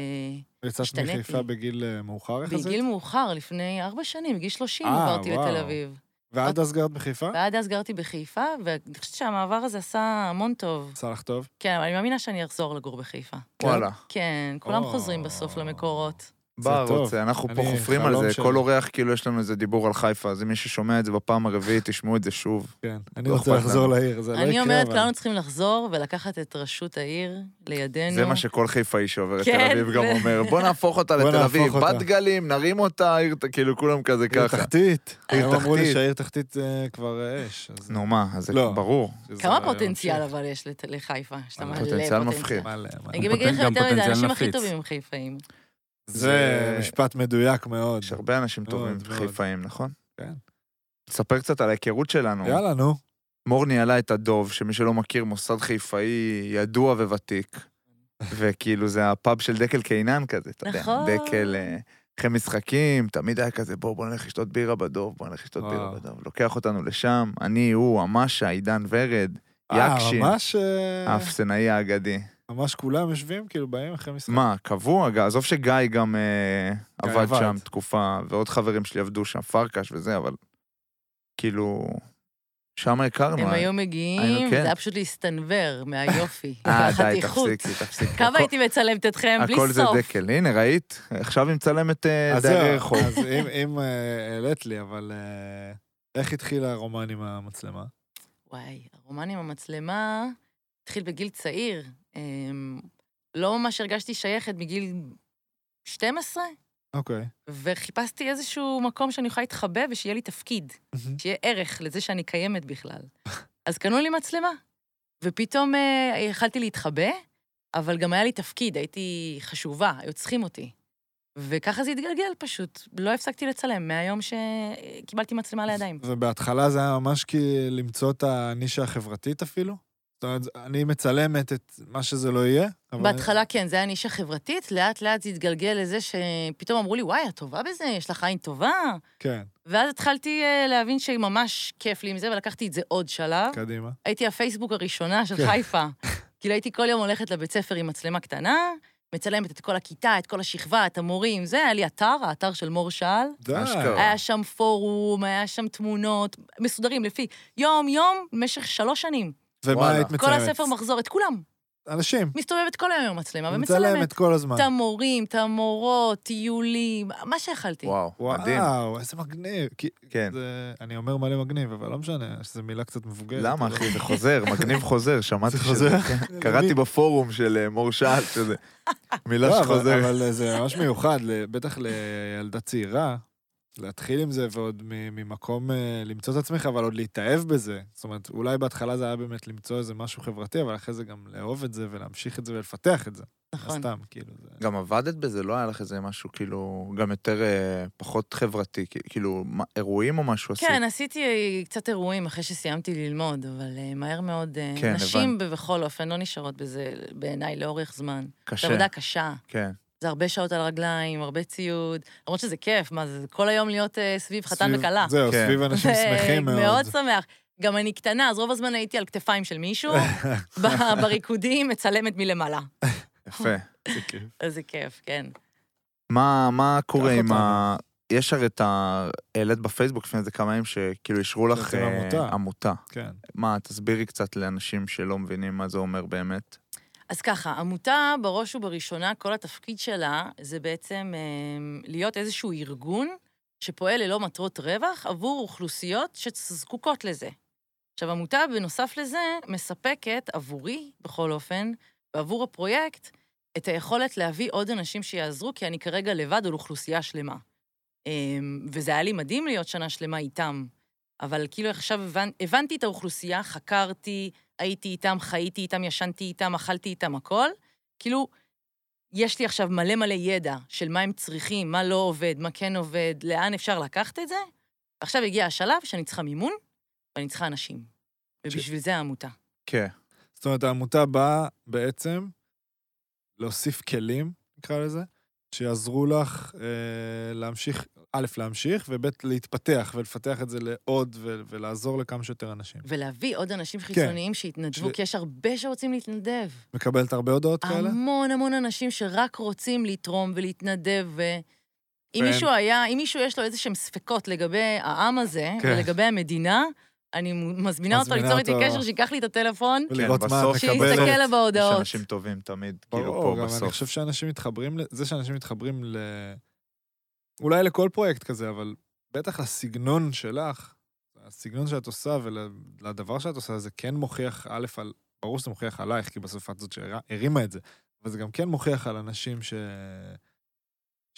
S2: יצאת
S4: השתניתי.
S2: מחיפה בגיל אה, מאוחר יחסית?
S4: בגיל מאוחר, לפני ארבע שנים, בגיל 30
S2: אה,
S4: עברתי לתל
S2: וואו.
S4: אביב.
S2: ועד אז גרת בחיפה?
S4: ועד אז גרתי בחיפה, ואני חושבת שהמעבר הזה עשה המון טוב.
S2: עשה לך טוב?
S4: כן, אבל אני מאמינה שאני אחזור לגור בחיפה.
S1: וואלה.
S4: כן, כולם
S2: או.
S4: חוזרים בסוף למקורות.
S1: בר
S2: טוב.
S1: רוצה, אנחנו פה
S2: אני-
S1: חופרים על
S2: חלום
S1: זה,
S2: שלי.
S1: כל אורח כאילו יש לנו איזה דיבור על חיפה, אז אם מישהו שומע את זה בפעם הרביעית, תשמעו את זה שוב.
S2: כן, אני
S1: לא
S2: רוצה
S1: אכפת
S2: לחזור
S1: לנו.
S2: לעיר, זה לא יקרה.
S4: אני אומרת,
S2: אבל-
S4: כולנו צריכים לחזור ולקחת את ראשות העיר לידינו.
S1: זה מה שכל חיפאי שעובר את
S4: כן,
S1: תל אביב גם
S4: זה-
S1: אומר, בוא נהפוך אותה
S2: בוא
S1: לתל
S2: נהפוך
S1: אביב,
S2: אותה."
S1: בת גלים, נרים אותה, עיר, כאילו כולם כזה
S2: עיר
S1: ככה.
S2: תחתית.
S1: עיר
S2: היום אמרו לי
S1: תחתית.
S2: שהעיר תחתית אה, כבר אה, אש. אז-
S1: נו מה, אז זה
S2: לא.
S1: ברור.
S2: שזה
S4: כמה
S2: רעיון
S4: פוטנציאל
S2: ממשיך.
S4: אבל יש לת- לחיפה? יש לה מלא
S1: פוטנציאל
S4: פוטנציאל.
S1: מפחיד.
S2: מלא, מלא.
S4: אני גם אגיד לך
S3: גם
S4: יותר מזה,
S3: פוטנציאל
S4: האנשים הכי
S3: נפיץ.
S4: טובים הם חיפאים.
S2: זה משפט מדויק מאוד.
S1: יש הרבה אנשים טובים
S2: מאוד, מאוד.
S1: חיפאים, נכון?
S2: כן.
S1: תספר קצת על ההיכרות שלנו.
S2: יאללה, נו.
S1: מור ניהלה את הדוב, שמי שלא מכיר, מוסד חיפאי ידוע וותיק. וכאילו זה הפאב של דקל קינן כזה, אתה יודע.
S4: נכון.
S1: דקל אה, אחרי משחקים, תמיד היה כזה, בוא, בוא נלך לשתות בירה בדוב, בוא נלך לשתות בירה
S2: וואו.
S1: בדוב. לוקח אותנו לשם, אני, הוא, המשה, עידן ורד,
S2: אה,
S1: יקשין,
S2: ממש... אה,
S1: האפסנאי האגדי.
S2: ממש כולם יושבים, כאילו, באים אחרי משחק.
S1: מה, קבוע? ג- עזוב שגיא גם אה,
S2: גיא
S1: עבד
S2: עבד.
S1: שם תקופה, ועוד חברים שלי עבדו שם, פרקש וזה, אבל כאילו, שם הכרנו.
S4: הם
S1: אה.
S4: היו
S1: היינו,
S4: מגיעים,
S1: כן.
S4: זה היה פשוט להסתנוור מהיופי.
S1: אה, די,
S4: מהחתיכות.
S1: תפסיקי, תפסיקי.
S4: כמה
S1: הכל-
S4: הייתי מצלמת אתכם, בלי
S1: הכל זה
S4: סוף.
S1: דקל. הנה, ראית? עכשיו היא מצלמת אה,
S2: אז
S1: דיירי
S2: זהו,
S1: רחוב.
S2: אז אם- אם אה, העלית לי, אבל אה, איך התחיל הרומן עם המצלמה?
S4: וואי, הרומן עם המצלמה התחיל בגיל צעיר. אמ, לא ממש הרגשתי שייכת מגיל 12,
S2: אוקיי.
S4: וחיפשתי איזשהו מקום שאני יכולה להתחבא ושיהיה לי תפקיד, שיהיה ערך לזה שאני קיימת בכלל. אז קנו לי מצלמה, ופתאום אה, יכלתי להתחבא, אבל גם היה לי תפקיד, הייתי חשובה, היו צריכים אותי. וככה זה התגלגל פשוט, לא הפסקתי לצלם מהיום שקיבלתי מצלמה לידיים.
S2: ובהתחלה זה היה ממש כי למצוא את הנישה החברתית אפילו? זאת אומרת, אני מצלמת את מה שזה לא יהיה. אבל-
S4: בהתחלה כן, זה היה נישה חברתית, לאט-לאט זה התגלגל לזה שפתאום אמרו לי, וואי, את טובה בזה, יש לך עין טובה.
S2: כן,
S4: ואז התחלתי אה, להבין שממש כיף לי עם זה, ולקחתי את זה עוד שלב.
S2: קדימה.
S4: הייתי הפייסבוק הראשונה של
S2: כן.
S4: חיפה. כאילו הייתי כל יום הולכת לבית ספר עם מצלמה קטנה, מצלמת את כל הכיתה, את כל השכבה, את המורים, זה, היה לי אתר, האתר של מור שעל.
S2: די.
S1: אשכרה.
S4: היה שם פורום, היה שם תמונות, מסודרים לפי יום-יום, במשך שלוש שנים.
S2: ומה
S1: וואלה.
S2: היית מצלמת?
S4: כל הספר מחזור, את כולם.
S2: אנשים.
S4: מסתובבת כל היום עם המצלמה ומצלמת.
S2: מצלמת כל הזמן.
S4: את המורים, את המורות, טיולים, מה שיכלתי.
S1: וואו, מדהים.
S2: וואו, כן, איזה מגניב. כי
S1: כן.
S2: זה- אני אומר מלא מגניב, אבל לא משנה, שזו מילה קצת מבוגרת.
S1: למה,
S2: אבל-
S1: אחי? זה חוזר, מגניב חוזר, שמעתי
S2: זה
S1: שזה.
S2: חוזר?
S1: כן. קראתי בפורום של אה, מור שעל, שזה מילה
S2: לא, אבל,
S1: שחוזרת.
S2: אבל זה ממש מיוחד, ל- בטח לילדה צעירה, להתחיל עם זה ועוד מ- ממקום אה, למצוא את עצמך, אבל עוד להתאהב בזה. זאת אומרת, אולי בהתחלה זה היה באמת למצוא איזה משהו חברתי, אבל אחרי זה גם לאהוב את זה ולהמשיך את זה ולפתח את זה.
S4: נכון.
S2: סתם, כאילו, זה...
S1: גם עבדת בזה, לא היה לך איזה משהו כאילו, גם יותר, אה, פחות חברתי, כ- כאילו, מה, אירועים או משהו עשית?
S4: כן, עשיתי אה, קצת אירועים אחרי שסיימתי ללמוד, אבל אה, מהר מאוד... אה,
S1: כן,
S4: נשים ב- בכל אופן לא נשארות בזה, בעיניי, לאורך זמן. זו
S1: קשה.
S4: עבודה קשה,
S1: כן.
S4: זה הרבה שעות על הרגליים, הרבה ציוד, למרות שזה כיף, מה זה, זה כל היום להיות אה, סביב חתן
S2: סביב-
S4: וכלה.
S2: זהו,
S1: כן.
S2: סביב אנשים
S4: זה
S2: שמחים מאוד.
S4: מאוד שמח. גם אני קטנה, אז רוב הזמן הייתי על כתפיים של מישהו, ב- בריקודים, מצלמת מלמעלה.
S1: יפה.
S2: זה כיף.
S4: אז זה כיף, כן.
S1: מה, מה קורה
S2: קח
S1: עם ה...
S2: אותנו.
S1: יש הרי את ה... העלית בפייסבוק לפני איזה כמה ימים שכאילו אישרו לך
S2: בעצם
S1: אה,
S2: עמותה.
S1: עמותה.
S2: כן.
S1: מה, תסבירי קצת לאנשים שלא מבינים מה זה אומר באמת.
S4: אז ככה, עמותה בראש ובראשונה, כל התפקיד שלה זה בעצם אה, להיות איזשהו ארגון שפועל ללא מטרות רווח עבור אוכלוסיות שזקוקות לזה. עכשיו, עמותה, בנוסף לזה, מספקת עבורי, בכל אופן, ועבור הפרויקט, את היכולת להביא עוד אנשים שיעזרו, כי אני כרגע לבד על אוכלוסייה שלמה. אה, וזה היה לי מדהים להיות שנה שלמה איתם, אבל כאילו עכשיו הבנ... הבנתי את האוכלוסייה, חקרתי, הייתי איתם, חייתי איתם, ישנתי איתם, אכלתי איתם הכל. כאילו, יש לי עכשיו מלא מלא ידע של מה הם צריכים, מה לא עובד, מה כן עובד, לאן אפשר לקחת את זה. עכשיו הגיע השלב שאני צריכה מימון ואני צריכה אנשים. ובשביל זה העמותה.
S1: כן.
S2: זאת אומרת, העמותה באה בעצם להוסיף כלים, נקרא לזה, שיעזרו לך אה, להמשיך, א', להמשיך, וב', להתפתח ולפתח את זה לעוד ו- ולעזור לכמה שיותר אנשים.
S4: ולהביא עוד אנשים חיצוניים שיתנדבו,
S2: שזה-
S4: כי יש הרבה שרוצים להתנדב.
S2: מקבלת הרבה הודעות כאלה?
S4: המון המון אנשים שרק רוצים לתרום ולהתנדב, ו... אם
S2: כן.
S4: מישהו היה, אם מישהו יש לו איזה שהם ספקות לגבי העם הזה,
S2: כן.
S4: ולגבי המדינה, אני מזמינה אותו
S2: מזמינה
S4: ליצור איתי
S2: אותו.
S4: קשר, שייקח לי את הטלפון,
S2: ולראות מה
S1: כן, בסוף
S2: את
S4: שיסתכל
S2: מקבלת.
S4: לה
S1: יש
S4: בהודעות.
S1: אנשים טובים תמיד, כאילו
S2: ברור,
S1: פה
S2: גם אני
S1: בסוף.
S2: חושב שאנשים מתחברים, ל- זה שאנשים מתחברים ל... אולי לכל פרויקט כזה, אבל בטח לסגנון שלך, הסגנון שאת עושה ולדבר שאת עושה, זה כן מוכיח, א', על... ברור שזה מוכיח עלייך, כי בסוף את זאת שהרימה את זה, אבל זה גם כן מוכיח על אנשים ש...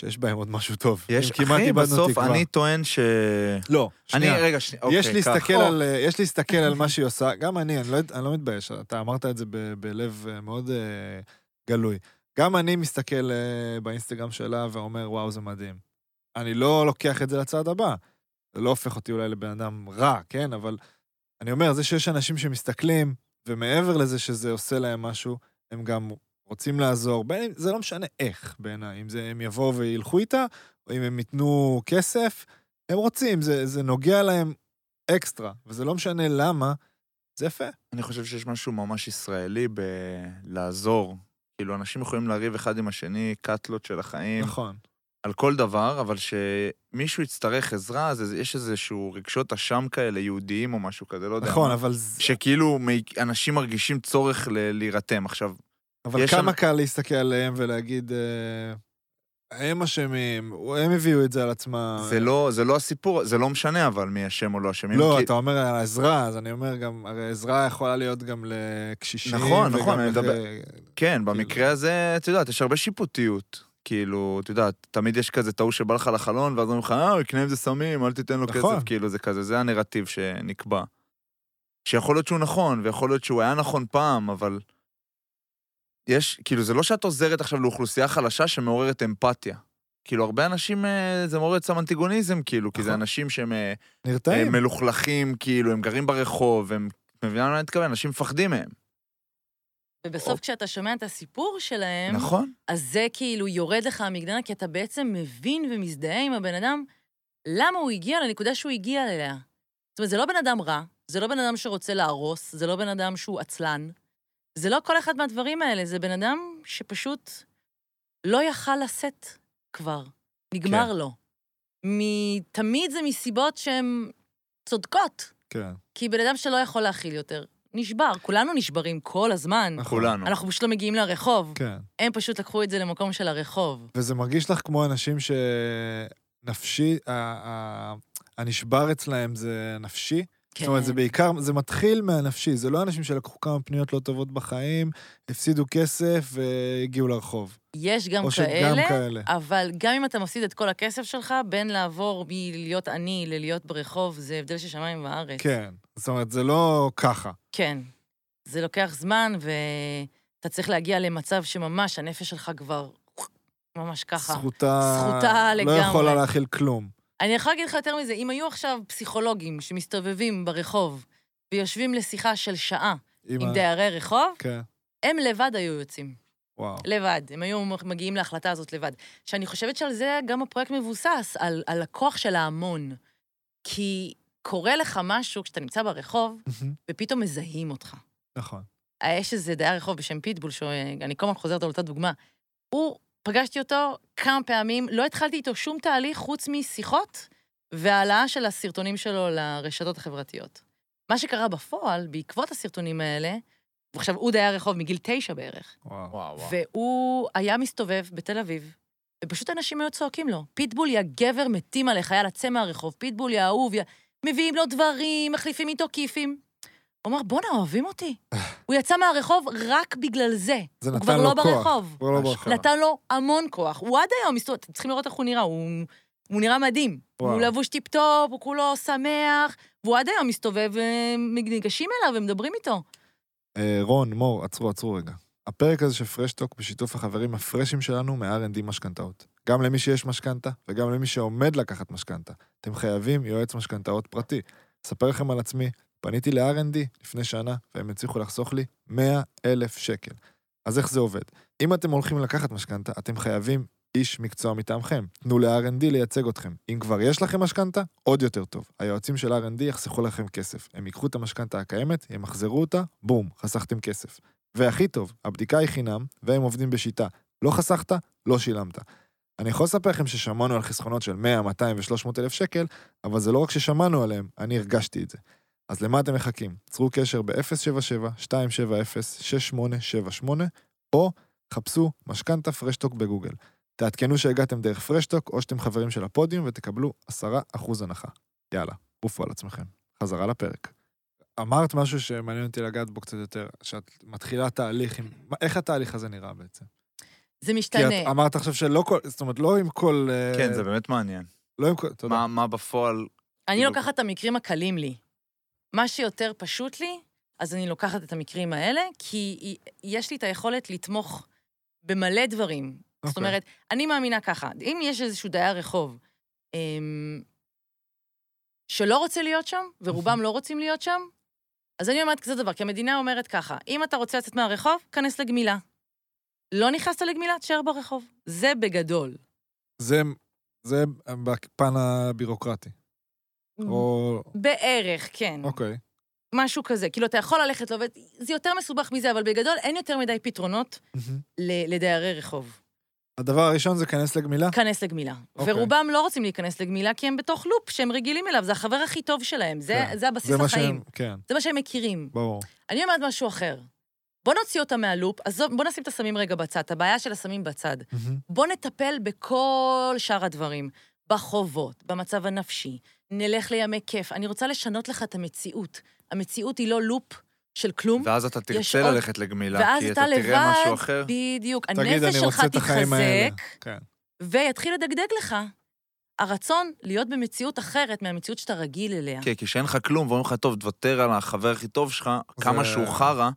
S2: שיש בהם עוד משהו טוב.
S1: יש,
S2: אם כמעט
S1: אחי,
S2: איבדנו
S1: בסוף
S2: תקווה.
S1: אני טוען ש...
S2: לא,
S1: אני,
S2: שנייה.
S1: רגע, שנייה, אוקיי,
S2: יש להסתכל
S1: ככה.
S2: על, אה, יש להסתכל על מה שהיא עושה, גם אני, אני לא, אני לא מתבייש, אתה אמרת את זה ב, בלב אה, מאוד אה, גלוי. גם אני מסתכל אה, באינסטגרם שלה ואומר, וואו, זה מדהים. אני לא לוקח את זה לצעד הבא. זה לא הופך אותי אולי לבן אדם רע, כן? אבל אני אומר, זה שיש אנשים שמסתכלים, ומעבר לזה שזה עושה להם משהו, הם גם רוצים לעזור, בין אם, זה לא משנה איך בעיניי, אם זה, הם יבואו וילכו איתה, או אם הם ייתנו כסף, הם רוצים, זה, זה נוגע להם אקסטרה, וזה לא משנה למה, זה יפה.
S1: אני חושב שיש משהו ממש ישראלי בלעזור. כאילו, אנשים יכולים לריב אחד עם השני, קאטלות של החיים,
S2: נכון.
S1: על כל דבר, אבל שמישהו יצטרך עזרה, אז איזה- יש איזשהו רגשות אשם כאלה, יהודיים או משהו כזה, לא יודע.
S2: נכון,
S1: מה.
S2: אבל, זה-
S1: שכאילו מי- אנשים מרגישים צורך ל- להירתם. עכשיו,
S2: אבל
S1: יש
S2: כמה
S1: שם-
S2: קל להסתכל עליהם ולהגיד, אה, הם אשמים, הם הביאו את זה על עצמם.
S1: זה לא, זה לא הסיפור, זה לא משנה אבל מי אשם או לא אשם. אם
S2: לא,
S1: כי-
S2: אתה אומר על העזרה, אז אני אומר גם, הרי עזרה יכולה להיות גם לקשישים.
S1: נכון, נכון,
S2: וגם
S1: אני
S2: לח-
S1: מדבר- כן, במקרה
S2: כאילו-
S1: הזה, את יודעת, יש הרבה שיפוטיות. כאילו, את יודעת, תמיד יש כזה טעות שבא לך לחלון, ואז אומרים לך, אה, הוא יקנה עם זה סמים, אל תיתן לו
S2: נכון.
S1: כסף. כאילו, זה כזה, זה הנרטיב שנקבע. שיכול להיות שהוא נכון, ויכול להיות שהוא היה נכון פעם, אבל... יש, כאילו, זה לא שאת עוזרת עכשיו לאוכלוסייה חלשה שמעוררת אמפתיה. כאילו, הרבה אנשים, אה, זה מעורר אצלם אנטיגוניזם, כאילו, כי זה
S2: נכון.
S1: אנשים שהם אה,
S2: נרתעים.
S1: הם מלוכלכים, כאילו, הם גרים ברחוב, הם... את מבינה למה אני מתכוון? אנשים מפחדים מהם.
S4: ובסוף כשאתה שומע את הסיפור שלהם,
S1: נכון.
S4: אז זה כאילו יורד לך המגדנה, כי אתה בעצם מבין ומזדהה עם הבן אדם, למה הוא הגיע לנקודה שהוא הגיע אליה. זאת אומרת, זה לא בן אדם רע, זה לא בן אדם שרוצה להרוס, זה לא בן אדם שהוא עצלן. זה לא כל אחד מהדברים האלה, זה בן אדם שפשוט לא יכל לשאת כבר. נגמר
S1: כן.
S4: לו. מ- תמיד זה מסיבות שהן צודקות,
S2: כן,
S4: כי בן אדם שלא יכול להכיל יותר, נשבר. כולנו נשברים כל הזמן.
S2: נכון.
S1: כולנו.
S4: אנחנו פשוט לא מגיעים לרחוב.
S2: כן.
S4: הם פשוט לקחו את זה למקום של הרחוב.
S2: וזה מרגיש לך כמו אנשים שנפשי, ה- ה- הנשבר אצלהם זה נפשי?
S4: כן.
S2: זאת אומרת, זה בעיקר, זה מתחיל מהנפשי, זה לא אנשים שלקחו כמה פניות לא טובות בחיים, הפסידו כסף והגיעו לרחוב.
S4: יש גם
S2: או שגם
S4: כאלה,
S2: כאלה.
S4: אבל גם אם אתה מפסיד את כל הכסף שלך, בין לעבור מלהיות עני ללהיות ברחוב, זה הבדל של שמיים וארץ.
S2: כן. זאת אומרת, זה לא ככה.
S4: כן. זה לוקח זמן, ואתה צריך להגיע למצב שממש הנפש שלך כבר ממש ככה.
S2: זכותה...
S4: זכותה
S2: לא
S4: לגמרי.
S2: יכולה להכיל כלום.
S4: אני יכולה להגיד לך יותר מזה, אם היו עכשיו פסיכולוגים שמסתובבים ברחוב ויושבים לשיחה של שעה עם
S2: ה-
S4: דיירי רחוב,
S2: כן,
S4: הם לבד היו יוצאים.
S2: וואו.
S4: לבד, הם היו מגיעים להחלטה הזאת לבד. שאני חושבת שעל זה גם הפרויקט מבוסס, על, על הכוח של ההמון. כי קורה לך משהו כשאתה נמצא ברחוב,
S2: מהמם,
S4: ופתאום מזהים אותך.
S2: נכון.
S4: אה, יש איזה דייר רחוב בשם פיטבול, שאני כל הזמן חוזרת על אותה דוגמה. הוא, פגשתי אותו כמה פעמים, לא התחלתי איתו שום תהליך חוץ משיחות והעלאה של הסרטונים שלו לרשתות החברתיות. מה שקרה בפועל, בעקבות הסרטונים האלה, עכשיו, הוא דייר רחוב מגיל תשע בערך.
S2: וואו.
S3: וואו, וואו.
S4: והוא היה מסתובב בתל אביב, ופשוט אנשים היו צועקים לו, פיטבול, יא גבר, מתים עליך, יאללה, צא מהרחוב, פיטבול, יא אהוב, יא... מביאים לו דברים, מחליפים איתו כיפים. הוא אמר, בואנה, אוהבים אותי. הוא יצא מהרחוב רק בגלל זה.
S2: זה
S4: הוא
S2: נתן
S4: כבר
S2: לו
S4: לא
S2: כוח.
S4: ברחוב.
S2: הוא לא
S1: אשכרה.
S2: ברחוב.
S4: נתן לו המון כוח. הוא עד היום מסתובב, אתם צריכים לראות איך הוא נראה, הוא, הוא נראה מדהים.
S2: וואו.
S4: הוא לא לבוש טיפ-טופ, הוא כולו שמח, והוא עד היום מסתובב, אה, ניגשים אליו ומדברים איתו.
S2: אה, רון, מור, עצרו, עצרו רגע. הפרק הזה של פרשטוק בשיתוף החברים הפרשים שלנו מ-R&D משכנתאות. גם למי שיש משכנתה וגם למי שעומד לקחת משכנתה. אתם חייבים יועץ משכנתאות פרטי. אספר לכם על עצמי, פניתי ל-R&D לפני שנה והם הצליחו לחסוך לי 100 אלף שקל. אז איך זה עובד? אם אתם הולכים לקחת משכנתה, אתם חייבים איש מקצוע מטעמכם. תנו ל-R&D לייצג אתכם. אם כבר יש לכם משכנתה, עוד יותר טוב. היועצים של R&D יחסכו לכם כסף. הם ייקחו את המשכנתה הקיימת, ימחזרו אותה, בום, חסכתם כסף. והכי טוב, הבדיקה היא חינם, והם עובדים בשיטה. לא חסכת, לא שילמת. אני יכול לספר לכם ששמענו על חסכונות של 100, 200 ו-300 אלף שקל, אבל זה לא רק ששמענו עליהם, אני הרגשתי את זה. אז למה אתם מחכים? צרו קשר ב-077-270-6878, או חפשו משכנתה פרשטוק בגוגל. תעדכנו שהגעתם דרך פרשטוק, או שאתם חברים של הפודיום, ותקבלו 10% הנחה. יאללה, עופו על עצמכם. חזרה לפרק. אמרת משהו שמעניין אותי לגעת בו קצת יותר, שאת מתחילה תהליך עם... מה- איך התהליך הזה נראה בעצם?
S4: זה משתנה.
S2: כי את אמרת עכשיו שלא כל... זאת אומרת, לא עם כל... אה,
S1: כן, זה באמת מעניין.
S2: לא עם כל... תודה.
S1: מה, מה בפועל?
S4: אני
S1: כאילו-
S4: לוקחת את המקרים הקלים לי. מה שיותר פשוט לי, אז אני לוקחת את המקרים האלה, כי היא- יש לי את היכולת לתמוך במלא דברים. Okay. זאת
S2: אוקיי.
S4: אומרת, אני מאמינה ככה, אם יש איזשהו דייר רחוב אמ, שלא רוצה להיות שם, ורובם
S2: אוקיי.
S4: לא רוצים להיות שם, אז אני אומרת כזה דבר, כי המדינה אומרת ככה, אם אתה רוצה לצאת מהרחוב, כנס לגמילה. לא נכנסת לגמילה, תשאר ברחוב. זה בגדול.
S2: זה זה בפן הבירוקרטי.
S4: Mm.
S2: או...
S4: בערך, כן.
S2: אוקיי.
S4: משהו כזה. כאילו, אתה יכול ללכת לעובד, זה יותר מסובך מזה, אבל בגדול אין יותר מדי פתרונות ל- לדיירי רחוב.
S2: הדבר הראשון זה כנס לגמילה.
S4: להיכנס לגמילה. Okay.
S2: אה. אוקיי.
S4: ורובם לא רוצים להיכנס לגמילה כי הם בתוך לופ שהם רגילים אליו, זה החבר הכי טוב שלהם, זה,
S2: כן.
S4: זה הבסיס
S2: זה מה
S4: לחיים.
S2: שהם... כן,
S4: זה מה שהם מכירים.
S2: ברור. אני
S4: אני אומרת משהו אחר. בוא נוציא אותם מהלופ, עזוב, בוא נשים את הסמים רגע בצד, את הבעיה של הסמים בצד. בוא נטפל בכל שאר הדברים. בחובות, במצב הנפשי, נלך לימי כיף. אני רוצה לשנות לך את המציאות. המציאות היא לא לופ של כלום.
S1: ואז אתה
S4: יש
S1: תרצה
S4: עוד-
S1: ללכת לגמילה,
S4: ואז
S1: כי
S4: אתה
S1: אתה תראה משהו
S4: לבד,
S1: אחר. כן,
S4: בדיוק.
S2: תגיד,
S4: הנפש
S2: אני
S4: שלך
S2: רוצה את החיים האלה.
S4: תתחזק,
S2: כן.
S4: ויתחיל לדגדג לך. הרצון להיות במציאות אחרת מהמציאות שאתה רגיל אליה.
S1: כן, כי כשאין לך כלום, ואומרים לך, טוב, תוותר על החבר הכי טוב שלך,
S2: זה-
S1: כמה שהוא חרא,
S2: זה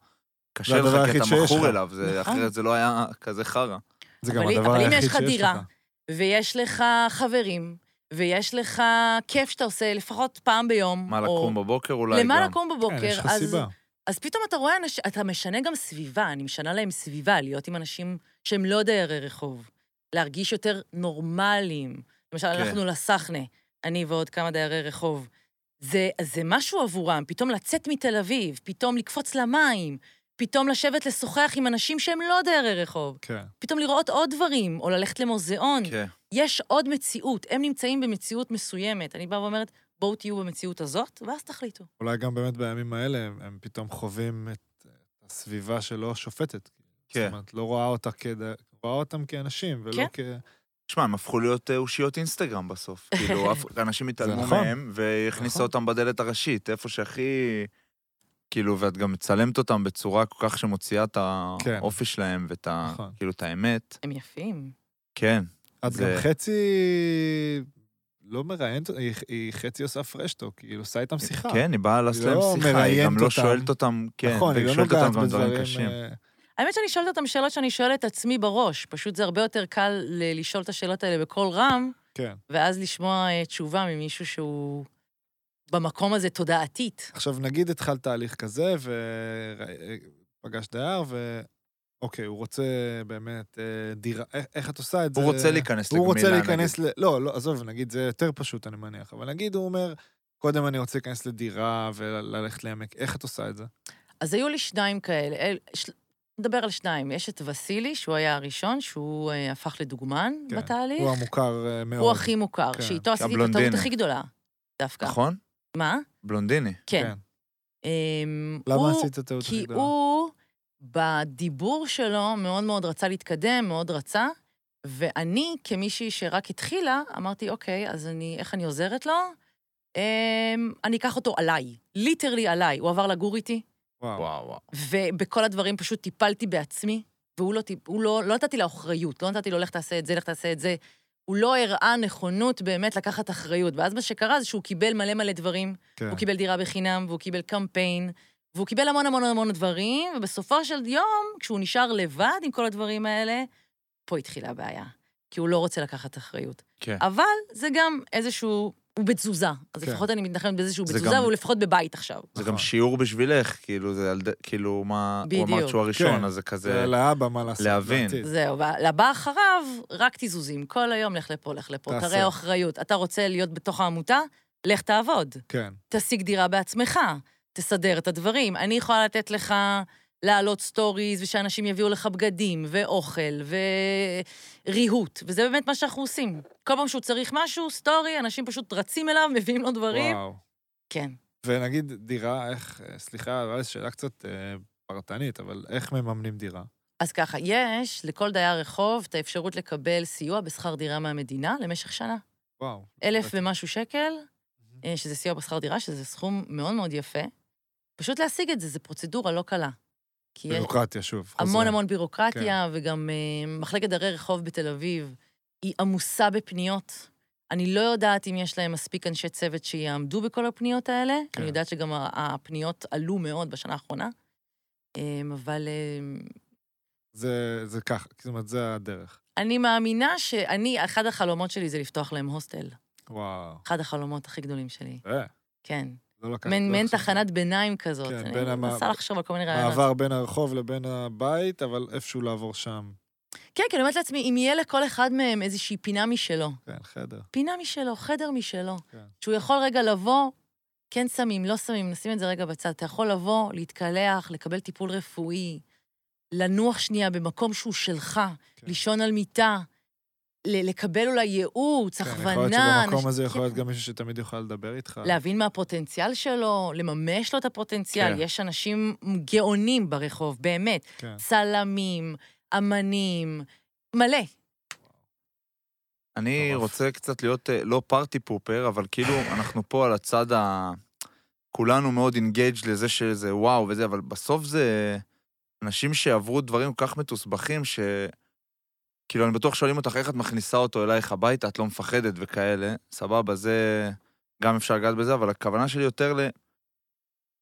S1: קשה
S2: הדבר
S1: לך, כי
S2: היחיד
S1: אתה
S2: שיש
S1: מכור
S2: לך.
S1: אליו, זה-
S4: נכון.
S1: אחרת זה לא היה כזה חרא.
S2: זה גם
S4: אבל אם-
S2: הדבר
S4: אבל אם
S2: היחיד
S4: יש לך
S2: שיש
S4: דירה,
S2: לך.
S4: ויש לך חברים, ויש לך כיף שאתה עושה לפחות פעם ביום.
S1: מה,
S4: או-
S1: לקום בבוקר אולי גם.
S4: למה לקום
S2: כן, יש
S4: בבוקר?
S2: לך
S4: אז-
S2: סיבה.
S4: אז פתאום אתה רואה, אנש- אתה משנה גם סביבה, אני משנה להם סביבה, להיות עם אנשים שהם לא דיירי רחוב, להרגיש יותר נורמליים. למשל,
S1: כן.
S4: הלכנו לסחנה, אני ועוד כמה דיירי רחוב. זה, זה משהו עבורם, פתאום לצאת מתל אביב, פתאום לקפוץ למים, פתאום לשבת לשוחח עם אנשים שהם לא דיירי רחוב,
S2: כן.
S4: פתאום לראות עוד דברים, או ללכת למוזיאון.
S1: כן.
S4: יש עוד מציאות, הם נמצאים במציאות מסוימת. אני באה ואומרת, בואו תהיו במציאות הזאת, ואז תחליטו.
S2: אולי גם באמת בימים האלה הם הם פתאום חווים את הסביבה שלא שופטת.
S1: כן.
S2: זאת אומרת, לא רואה אותה כד... רואה אותם כאנשים, ולא
S4: כן.
S2: כ...
S1: תשמע, הם הפכו להיות אה, אושיות אינסטגרם בסוף. כאילו, אף- אנשים התעלמו
S2: נכון.
S1: מהם, והכניסה
S2: נכון.
S1: אותם בדלת הראשית, איפה שהכי... כאילו, ואת גם מצלמת אותם בצורה כל כך שמוציאה את
S2: כן.
S1: האופי שלהם ואת ה...
S2: נכון.
S1: כאילו, את האמת.
S4: הם יפים.
S1: כן.
S2: את
S1: זה-
S2: גם חצי... לא מראיינת, היא- היא חצי עושה פרשטוק, היא עושה איתם שיחה.
S1: כן, היא באה לעשות
S2: לא
S1: להם שיחה, היא
S2: מראיינת
S1: גם לא
S2: אותם.
S1: שואלת אותם, כן,
S2: נכון, היא לא
S1: שואלת
S2: נוגעת
S1: אותם גם דברים
S2: בדברים...
S1: קשים.
S2: אה,
S4: האמת שאני שואלת אותם שאלות שאני שואלת את עצמי בראש. פשוט זה הרבה יותר קל ל- לשאול את השאלות האלה בקול רם,
S2: כן.
S4: ואז לשמוע אה, תשובה ממישהו שהוא במקום הזה תודעתית.
S2: עכשיו, נגיד התחלת תהליך כזה, ופגש דייר, ו... אוקיי, הוא רוצה באמת אה, דירה, איך- איך את עושה את זה?
S1: הוא רוצה להיכנס לגמילה,
S2: הוא רוצה
S1: נגיד.
S2: להיכנס ל... לא, לא, עזוב, נגיד, זה יותר פשוט, אני מניח. אבל נגיד, הוא אומר, קודם אני רוצה להיכנס לדירה וללכת לעמק. איך את עושה את זה?
S4: אז היו לי שניים כאלה. אל- של- נדבר על שניים. יש את וסילי, שהוא היה הראשון, שהוא אה, הפך לדוגמן
S2: כן.
S4: בתהליך.
S2: הוא המוכר אה, מאוד.
S4: הוא הכי מוכר,
S2: כן.
S4: שאיתו עשיתי את הטעות
S1: הבלונדיני.
S4: הכי גדולה. דווקא.
S1: נכון?
S4: מה?
S1: בלונדיני.
S4: כן.
S2: כן.
S4: אמ,
S2: למה
S4: הוא-
S2: עשית את טעות הכי
S4: כי
S2: גדולה?
S4: הוא, בדיבור שלו, מאוד מאוד רצה להתקדם, מאוד רצה, ואני, כמישהי שרק התחילה, אמרתי, אוקיי, אז אני, איך אני עוזרת לו? אמ, אני אקח אותו עליי, ליטרלי עליי. הוא עבר לגור איתי,
S2: וואו.
S1: וואו, וואו.
S4: ובכל הדברים פשוט טיפלתי בעצמי, והוא לא, טיפ- הוא לא, לא נתתי לו אחריות, לא נתתי לו, לך תעשה את זה, לך תעשה את זה. הוא לא הראה נכונות באמת לקחת אחריות. ואז מה שקרה זה שהוא קיבל מלא מלא דברים
S2: כן.
S4: הוא קיבל דירה בחינם, והוא קיבל קמפיין, והוא קיבל המון המון המון דברים, ובסופו של יום, כשהוא נשאר לבד עם כל הדברים האלה, פה התחילה הבעיה. כי הוא לא רוצה לקחת אחריות.
S1: כן.
S4: אבל זה גם איזשהו... הוא בתזוזה. אז
S2: כן.
S4: לפחות אני מתנחמת בזה שהוא
S1: זה
S4: בתזוזה,
S1: גם-
S4: והוא לפחות בבית עכשיו.
S1: זה
S2: נכון.
S1: גם שיעור בשבילך, כאילו, זה על... ד- כאילו, מה... הוא אמר
S4: בדיוק.
S1: שהוא הראשון,
S2: כן.
S1: אז זה כזה...
S2: זה לאבא, מה לעשות?
S1: להבין.
S2: בעתיד.
S4: זהו, ולבא אחריו, רק תיזוזים. כל היום לך לפה, לך לפה.
S2: תעשה.
S4: תראה אחריות. אתה רוצה להיות בתוך העמותה? לך תעבוד.
S2: כן.
S4: תשיג דירה בעצמך, תסדר את הדברים. אני יכולה לתת לך להעלות סטוריז, ושאנשים יביאו לך בגדים, ואוכל, וריהוט, וזה באמת מה שאנחנו עושים. כל פעם שהוא צריך משהו, סטורי, אנשים פשוט רצים אליו, מביאים לו דברים. וואו.
S2: וואו.
S4: כן.
S2: ונגיד דירה, איך, אה, סליחה, אבל זו שאלה קצת אה, פרטנית, אבל איך מממנים דירה?
S4: אז ככה, יש לכל דייר רחוב את האפשרות לקבל סיוע בשכר דירה מהמדינה למשך שנה.
S2: וואו.
S4: אלף
S2: בטח.
S4: ומשהו שקל, אה, שזה סיוע בשכר דירה, שזה סכום מאוד מאוד יפה. פשוט להשיג את זה, זו פרוצדורה לא קלה. כי יש-
S2: בירוקרטיה, כן. שוב.
S4: המון
S2: חוזרים.
S4: המון בירוקרטיה, וגם אה, מחלקת דרי רחוב בתל אביב היא עמוסה בפניות. אני לא יודעת אם יש להם מספיק אנשי צוות שיעמדו בכל הפניות האלה.
S2: כן.
S4: אני יודעת שגם ה- הפניות עלו מאוד בשנה האחרונה. אה, אבל אה,
S2: זה, זה ככה, זאת אומרת, זה הדרך.
S4: אני מאמינה שאני, אחד החלומות שלי זה לפתוח להם הוסטל.
S2: וואו.
S4: אחד החלומות הכי גדולים שלי,
S2: אה,
S4: כן.
S2: זה לא ככה.
S4: מעין
S2: לא
S4: מעין
S2: חשבתי.
S4: תחנת ביניים כזאת.
S2: כן,
S4: אני
S2: בין המע-
S4: מנסה לחשוב על כל מיני רעיונות.
S2: מעבר בין הרחוב לבין הבית, אבל איפשהו לעבור שם.
S4: כן, כי אני אומרת לעצמי, אם יהיה לכל אחד מהם איזושהי פינה משלו,
S2: כן, חדר.
S4: פינה משלו, חדר משלו,
S2: כן.
S4: שהוא יכול רגע לבוא, כן שמים, לא שמים, נשים את זה רגע בצד. אתה יכול לבוא, להתקלח, לקבל טיפול רפואי, לנוח שנייה במקום שהוא שלך,
S2: כן.
S4: לישון על מיטה, ל- לקבל אולי ייעוץ,
S2: כן,
S4: הכוונה.
S2: יכול להיות שבמקום
S4: אנש-
S2: הזה יכול
S4: כן.
S2: להיות גם מישהו שתמיד יוכל לדבר איתך.
S4: להבין מה הפוטנציאל שלו, לממש לו את הפוטנציאל.
S2: כן.
S4: יש אנשים גאונים ברחוב, באמת.
S2: כן.
S4: צלמים, אמנים, מלא.
S1: אני
S2: מטורף.
S1: רוצה קצת להיות אה, לא פארטי פופר, אבל כאילו אנחנו פה על הצד ה... כולנו מאוד אינגייג' לזה שזה וואו וזה, אבל בסוף זה אנשים שעברו דברים כל כך מתוסבכים, ש... כאילו, אני בטוח שואלים אותך איך את מכניסה אותו אלייך הביתה, את לא מפחדת וכאלה. סבבה, זה... גם אפשר לגעת בזה, אבל הכוונה שלי יותר ל...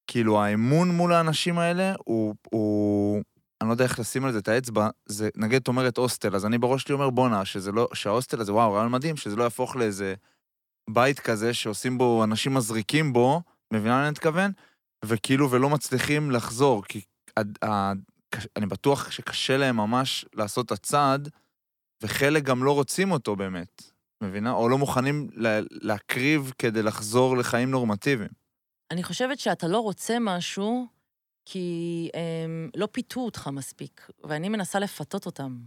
S1: כאילו, האמון מול האנשים האלה הוא... הוא... אני לא יודע איך לשים על זה את האצבע, זה, נגיד את אומרת הוסטל, אז אני בראש שלי אומר, בואנה, שזה לא, שההוסטל הזה, וואו, רעיון מדהים, שזה לא יהפוך לאיזה בית כזה שעושים בו, אנשים מזריקים בו, מבינה למה אני מתכוון? וכאילו, ולא מצליחים לחזור, כי ה, ה, קש- אני בטוח שקשה להם ממש לעשות את הצעד, וחלק גם לא רוצים אותו באמת, מבינה? או לא מוכנים לה, להקריב כדי לחזור לחיים נורמטיביים.
S4: אני חושבת שאתה לא רוצה משהו כי הם, לא פיתו אותך מספיק, ואני מנסה לפתות אותם.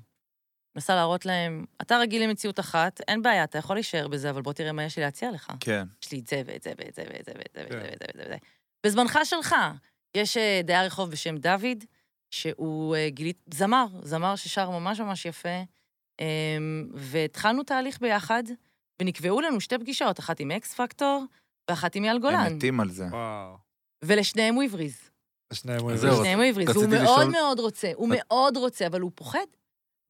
S4: מנסה להראות להם, אתה רגיל למציאות אחת, אין בעיה, אתה יכול להישאר בזה, אבל בוא תראה מה יש לי להציע לך.
S1: כן.
S4: יש לי את זה ואת זה ואת זה ואת זה ואת זה ואת זה
S2: כן.
S4: ואת זה ואת זה ואת זה. בזמנך שלך, יש אה, דייר רחוב בשם דוד, שהוא אה, גילית, זמר, זמר ששר ממש ממש יפה, אמ, והתחלנו תהליך ביחד, ונקבעו לנו שתי פגישות, אחת עם אקס פקטור ואחת עם אייל
S1: הם
S4: גולן,
S1: מתים על זה.
S2: וואו. לשניהם
S4: ולשניהם הוא הבריז.
S2: הוא
S3: אז
S2: הבריז.
S3: זהו,
S4: שניהם הוא הבריז. הוא
S3: רציתי
S4: מאוד
S3: לשאול- אה.
S4: מאוד רוצה, הוא מאוד רוצה, אבל הוא פוחד,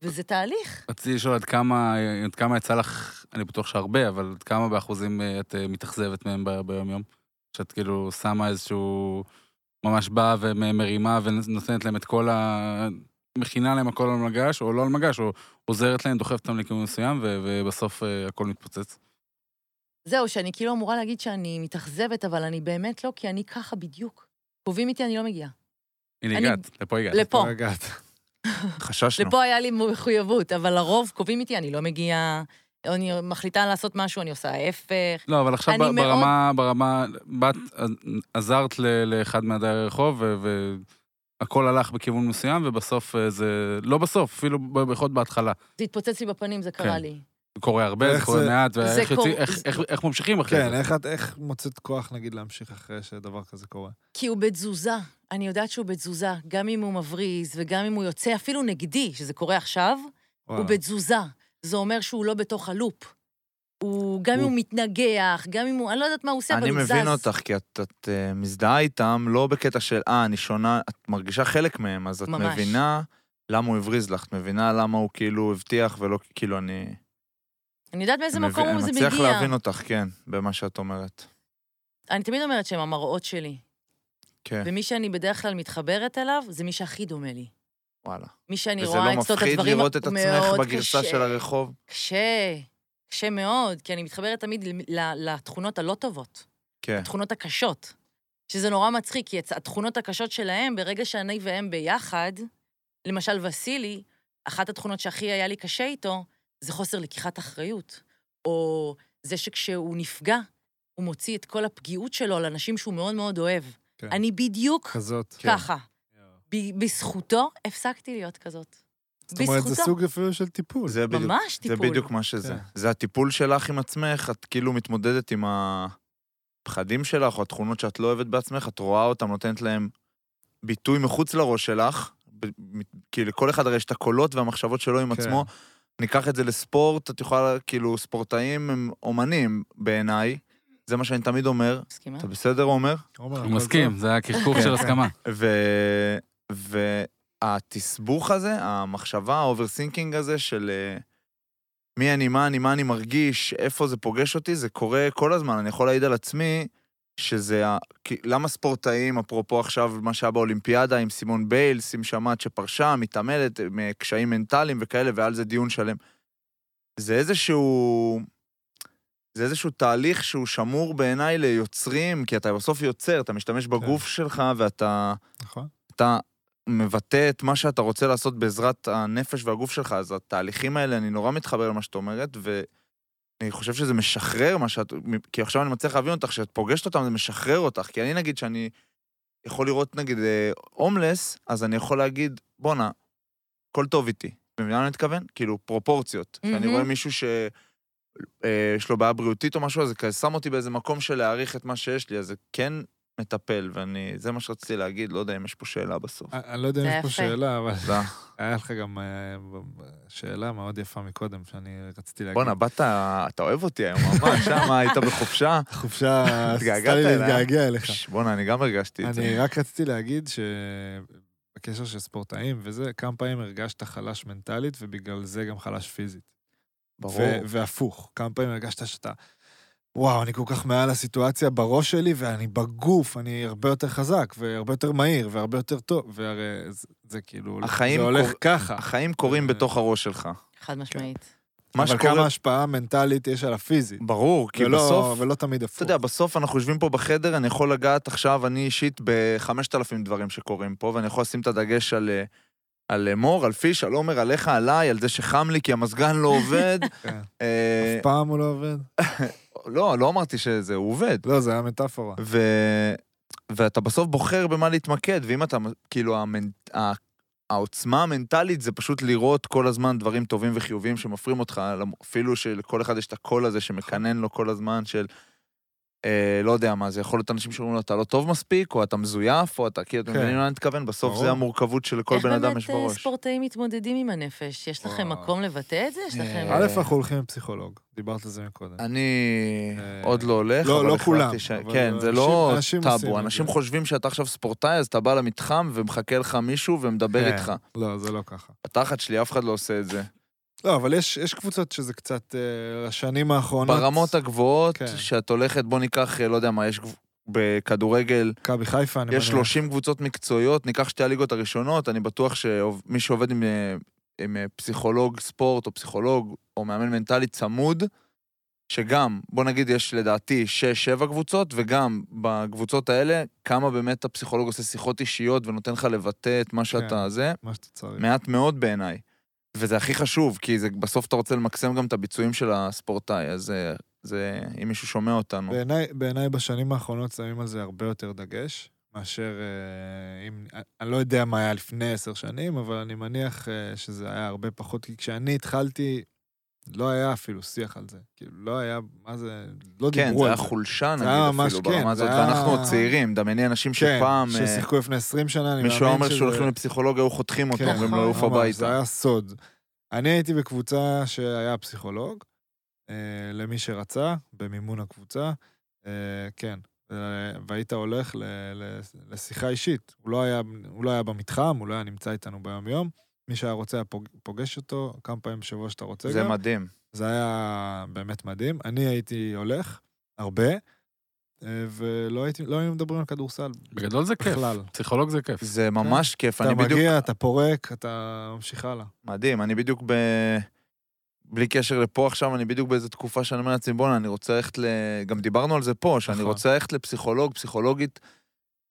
S4: וזה תהליך.
S3: רציתי לשאול עד כמה, עד כמה יצא לך, אני בטוח שהרבה, אבל עד כמה באחוזים אה, את אה, מתאכזבת מהם ב- ביום-יום? שאת כאילו שמה איזשהו... ממש באה ומרימה ונותנת להם את כל ה... מכינה להם הכל על מגש, או לא על מגש, או עוזרת להם, דוחפת אותם לכיוון מסוים, ו- ובסוף אה, הכל מתפוצץ.
S4: זהו, שאני כאילו אמורה להגיד שאני מתאכזבת, אבל אני באמת לא, כי אני ככה בדיוק. קובעים איתי, אני לא מגיעה.
S3: הנה,
S4: אני-
S3: הגעת, לפה הגעת.
S4: לפה.
S2: לא הגעת.
S1: חששנו.
S4: לפה היה לי מחויבות, אבל לרוב קובעים איתי, אני לא מגיעה, אני מחליטה לעשות משהו, אני עושה ההפך.
S3: לא, אבל עכשיו
S4: אני
S3: ב- ברמה, ברמה, באת, עזרת ל- לאחד מהדיירי רחוב, ו- והכל הלך בכיוון מסוים, ובסוף אה, זה, לא בסוף, אפילו ב- בכל בהתחלה.
S4: זה התפוצץ לי בפנים, זה קרה
S3: כן.
S4: לי.
S3: זה קורה הרבה, זה
S2: איך
S3: קורה
S2: זה-
S3: מעט,
S4: זה
S3: ואיך יוצאים-
S4: קורה-
S3: איך- איך- איך ממשיכים אחרי
S2: כן,
S3: זה.
S2: איך את- איך מוצאת כוח, נגיד, להמשיך אחרי שדבר כזה קורה?
S4: כי הוא בתזוזה, אני יודעת שהוא בתזוזה, גם אם הוא מבריז וגם אם הוא יוצא, אפילו נגדי, שזה קורה עכשיו,
S2: וואו.
S4: הוא בתזוזה. זה אומר שהוא לא בתוך הלופ. הוא, גם אם
S1: הוא-
S4: הוא מתנגח, גם אם הוא, אני לא יודעת מה הוא עושה, אבל
S1: אני
S4: הוא זז.
S1: מבין אותך, כי את, את אה, מזדהה איתם לא בקטע של, אה, אני שונה, את מרגישה חלק מהם, אז את
S4: ממש.
S1: מבינה למה הוא הבריז לך, את מבינה למה הוא כאילו הבטיח ולא, כאילו, אני...
S4: אני יודעת מאיזה
S1: אני
S4: מקום
S1: מבין-
S4: הוא זה
S1: אני מצליח
S4: מגיע.
S1: להבין אותך, כן, במה שאת אומרת.
S4: אני תמיד אומרת שהם המראות שלי,
S1: כן,
S4: ומי שאני בדרך כלל מתחברת אליו, זה מי שהכי דומה לי.
S1: וואלה.
S4: מי שאני
S1: וזה
S4: רואה
S1: לא
S4: אצלו את הדברים
S1: מפחיד לראות את עצמך
S4: מאוד
S1: בגרסה
S4: קשה.
S1: של הרחוב?
S4: קשה, קשה מאוד, כי אני מתחברת תמיד ל- ל- לתכונות הלא טובות,
S1: כן,
S4: התכונות הקשות. שזה נורא מצחיק, כי הצ- התכונות הקשות שלהם, ברגע שאני והם ביחד, למשל וסילי, אחת התכונות שהכי היה לי קשה איתו, זה חוסר לקיחת אחריות. או זה שכשהוא נפגע, הוא מוציא את כל הפגיעות שלו על אנשים שהוא מאוד מאוד אוהב.
S2: כן.
S4: אני בדיוק
S2: כזאת.
S1: כן.
S4: ככה. ב- בזכותו הפסקתי להיות כזאת.
S2: זאת אומרת, זה
S4: בזכותו.
S2: סוג אפילו של טיפול.
S1: זה בדיוק.
S4: ממש טיפול.
S1: זה בדיוק מה שזה.
S2: כן.
S1: זה הטיפול שלך עם עצמך, את כאילו מתמודדת עם הפחדים שלך, או התכונות שאת לא אוהבת בעצמך, את רואה אותם, נותנת להם ביטוי מחוץ לראש שלך, ב- מ- כי לכל אחד הרי יש את הקולות והמחשבות שלו עם
S2: כן.
S1: עצמו. ניקח את זה לספורט, את יכולה, כאילו, ספורטאים הם אומנים בעיניי, זה מה שאני תמיד אומר.
S2: אה?
S4: מסכימה?
S1: אתה בסדר, עומר?
S2: עומר,
S3: הוא
S2: הכל
S3: מסכים, זה היה קרקור
S2: כן.
S3: של הסכמה.
S1: ו... והתסבוך הזה, המחשבה, האוברסינקינג הזה של אה, מי אני, מה אני, מה אני מרגיש, איפה זה פוגש אותי, זה קורה כל הזמן. אני יכול להעיד על עצמי שזה... ה... כי- למה ספורטאים, אפרופו עכשיו מה שהיה באולימפיאדה עם סימון ביילס, עם שמעת שפרשה, מתעמלת, עם אה, קשיים מנטליים וכאלה, והיה על זה דיון שלם. זה איזשהו... זה איזשהו תהליך שהוא שמור בעיניי ליוצרים, כי אתה בסוף יוצר, אתה משתמש בגוף שלך ואתה...
S2: טוב, נכון?
S1: אתה מבטא את מה שאתה רוצה לעשות בעזרת הנפש והגוף שלך, אז התהליכים האלה, אני נורא מתחבר למה שאת אומרת, ואני חושב שזה משחרר מה שאת... כי עכשיו אני מצליח להבין אותך, כשאת פוגשת אותם זה משחרר אותך. כי אני, נגיד, שאני יכול לראות, נגיד, אה, הומלס, אז אני יכול להגיד, בואנה, הכל טוב איתי. במדינה אני מתכוון? כאילו, פרופורציות. כשאני
S4: מהמם.
S1: רואה מישהו ש... אה, יש לו בעיה בריאותית או משהו, אז זה כזה שם אותי באיזה מקום של להעריך את מה שיש לי, אז זה כן מטפל, ואני... זה מה שרציתי להגיד, לא יודע אם יש פה שאלה בסוף.
S2: אני אני לא יודע אם
S4: זה
S2: יש פה
S4: יפה.
S2: שאלה, אבל
S1: תודה.
S2: היה לך גם אה, ב- ב- שאלה מאוד יפה מקודם, שאני רציתי להגיד.
S1: בואנה, באת, אתה אוהב אותי היום ממש, שמה היית בחופשה?
S2: חופשה,
S1: התגעגעת
S2: סתם לי
S1: אליי.
S2: להתגעגע אליך.
S1: ש- בואנה, אני גם הרגשתי את
S2: אני
S1: זה.
S2: רק רציתי להגיד שבקשר של ספורטאים וזה, כמה פעמים הרגשת חלש מנטלית, ובגלל זה גם חלש פיזית.
S1: ברור.
S2: ו- והפוך, כמה פעמים הרגשת שאתה, וואו, אני כל כך מעל הסיטואציה בראש שלי, ואני בגוף, אני הרבה יותר חזק, והרבה יותר מהיר, והרבה יותר טוב, והרי זה, זה כאילו,
S1: החיים
S2: זה הולך
S1: קור-
S2: ככה.
S1: החיים קורים בתוך הראש שלך.
S4: חד
S1: כן.
S4: משמעית.
S1: מה
S2: אבל כמה
S1: שקורה...
S2: השפעה מנטלית יש על הפיזית.
S1: ברור, כי
S2: ולא-
S1: בסוף...
S2: ולא תמיד הפוך.
S1: אתה יודע, בסוף אנחנו יושבים פה בחדר, אני יכול לגעת עכשיו, אני אישית, ב-5,000 דברים שקורים פה, ואני יכול לשים את הדגש על... אה, על אה, מור, על פיש, על עומר, עליך, עליי, על זה שחם לי כי המזגן לא עובד.
S2: כן.
S1: אה,
S2: אף פעם הוא לא עובד?
S1: לא, לא אמרתי שזה, הוא עובד.
S2: לא, זה היה מטאפורה.
S1: ו... ואתה בסוף בוחר במה להתמקד, ואם אתה, כאילו, המנ... ה... העוצמה המנטלית זה פשוט לראות כל הזמן דברים טובים וחיוביים שמפרים אותך, למ- אפילו שלכל אחד יש את הקול הזה שמקנן לו כל הזמן של, אה, לא יודע מה, זה יכול להיות אנשים שאומרים לו, אתה לא טוב מספיק, או אתה מזויף, או אתה כאילו, אתם
S2: כן.
S1: מבינים למה אני מתכוון? בסוף
S2: ברור.
S1: זה המורכבות שלכל בן אדם יש
S4: איך באמת אה,
S1: בראש.
S4: ספורטאים מתמודדים עם הנפש? יש לכם
S2: וואו.
S4: מקום לבטא את זה? יש לכם...
S1: אה,
S2: א', אנחנו הולכים עם פסיכולוג, דיברת על זה מקודם.
S1: אני
S2: אה,
S1: עוד לא הולך,
S2: לא,
S1: אבל
S2: לא
S1: החלטתי
S2: כולם,
S1: ש...
S2: אבל
S1: כן, זה
S2: אנשים-
S1: לא
S2: אנשים עושים את
S1: טאבו.
S2: זה.
S1: אנשים חושבים שאתה עכשיו ספורטאי, אז אתה בא למתחם ומחכה לך מישהו ומדבר
S2: כן.
S1: איתך.
S2: לא, זה לא ככה.
S1: התחת שלי, אף אחד לא עושה את זה.
S2: לא, אבל יש, יש קבוצות שזה קצת, אה, לשנים האחרונות...
S1: ברמות הגבוהות,
S2: כן.
S1: שאת הולכת, בוא ניקח, אה, לא יודע מה, יש גב- בכדורגל,
S2: מכבי חיפה, אני
S1: יש
S2: מניח.
S1: 30 קבוצות מקצועיות, ניקח שתי הליגות הראשונות, אני בטוח שמי שעובד עם, אה, עם אה, פסיכולוג ספורט או פסיכולוג או מאמן מנטלי צמוד, שגם, בוא נגיד, יש לדעתי 6-7 קבוצות, וגם בקבוצות האלה, כמה באמת הפסיכולוג עושה שיחות אישיות ונותן לך לבטא את מה שאתה זה.
S2: מה שאתה צריך.
S1: מעט מאוד בעיניי. וזה הכי חשוב, כי זה, בסוף אתה רוצה למקסם גם את הביצועים של הספורטאי, אז זה, זה אם מישהו שומע אותנו.
S2: בעיניי- בעיניי בשנים האחרונות שמים על זה הרבה יותר דגש, מאשר אה, אם... אני לא יודע מה היה לפני עשר שנים, אבל אני מניח אה, שזה היה הרבה פחות, כי כשאני התחלתי, לא היה אפילו שיח על זה. כאילו, לא היה, מה זה, לא
S1: כן,
S2: דיברו
S1: זה
S2: על
S1: היה
S2: זה.
S1: חולשה
S2: זה
S1: נגיד
S2: היה
S1: אפילו
S2: ממש,
S1: ברמה
S2: כן, זה
S1: הזאת,
S2: היה-
S1: ואנחנו עוד צעירים, דמייני אנשים שפעם,
S2: כן, ששיחקו לפני 20 שנה, אני
S1: אה,
S2: מאמין שזה...
S1: מישהו אומר שהולכים לפסיכולוג, היו חותכים אותו,
S2: כן,
S1: אומרים לו לעוף
S4: נכון.
S2: ממש, זה
S1: הביתה.
S2: היה סוד. אני הייתי בקבוצה שהיה פסיכולוג, אה, למי שרצה, במימון הקבוצה, אה, כן. אה, והיית הולך ל, ל, לשיחה אישית. הוא לא, היה, הוא לא היה במתחם, הוא לא היה נמצא איתנו ביום-יום. מי שהיה רוצה היה פוג- פוגש אותו כמה פעמים בשבוע שאתה רוצה
S1: זה
S2: גם.
S1: מדהים.
S2: זה היה באמת מדהים. אני הייתי הולך, הרבה, אה, ולא הייתי, לא היינו מדברים על כדורסל
S3: בגדול זה כיף.
S2: בכלל.
S3: פסיכולוג זה כיף.
S1: זה ממש כיף,
S2: אתה
S1: אני בדיוק...
S2: מגיע, אתה פורק, אתה ממשיך הלאה.
S1: מדהים, אני בדיוק ב... בלי קשר לפה עכשיו, אני בדיוק באיזו תקופה שאני אומר לעצמי, בואנה, אני רוצה ללכת ל... גם דיברנו על זה פה, שאני
S2: נכון.
S1: רוצה ללכת לפסיכולוג, פסיכולוגית,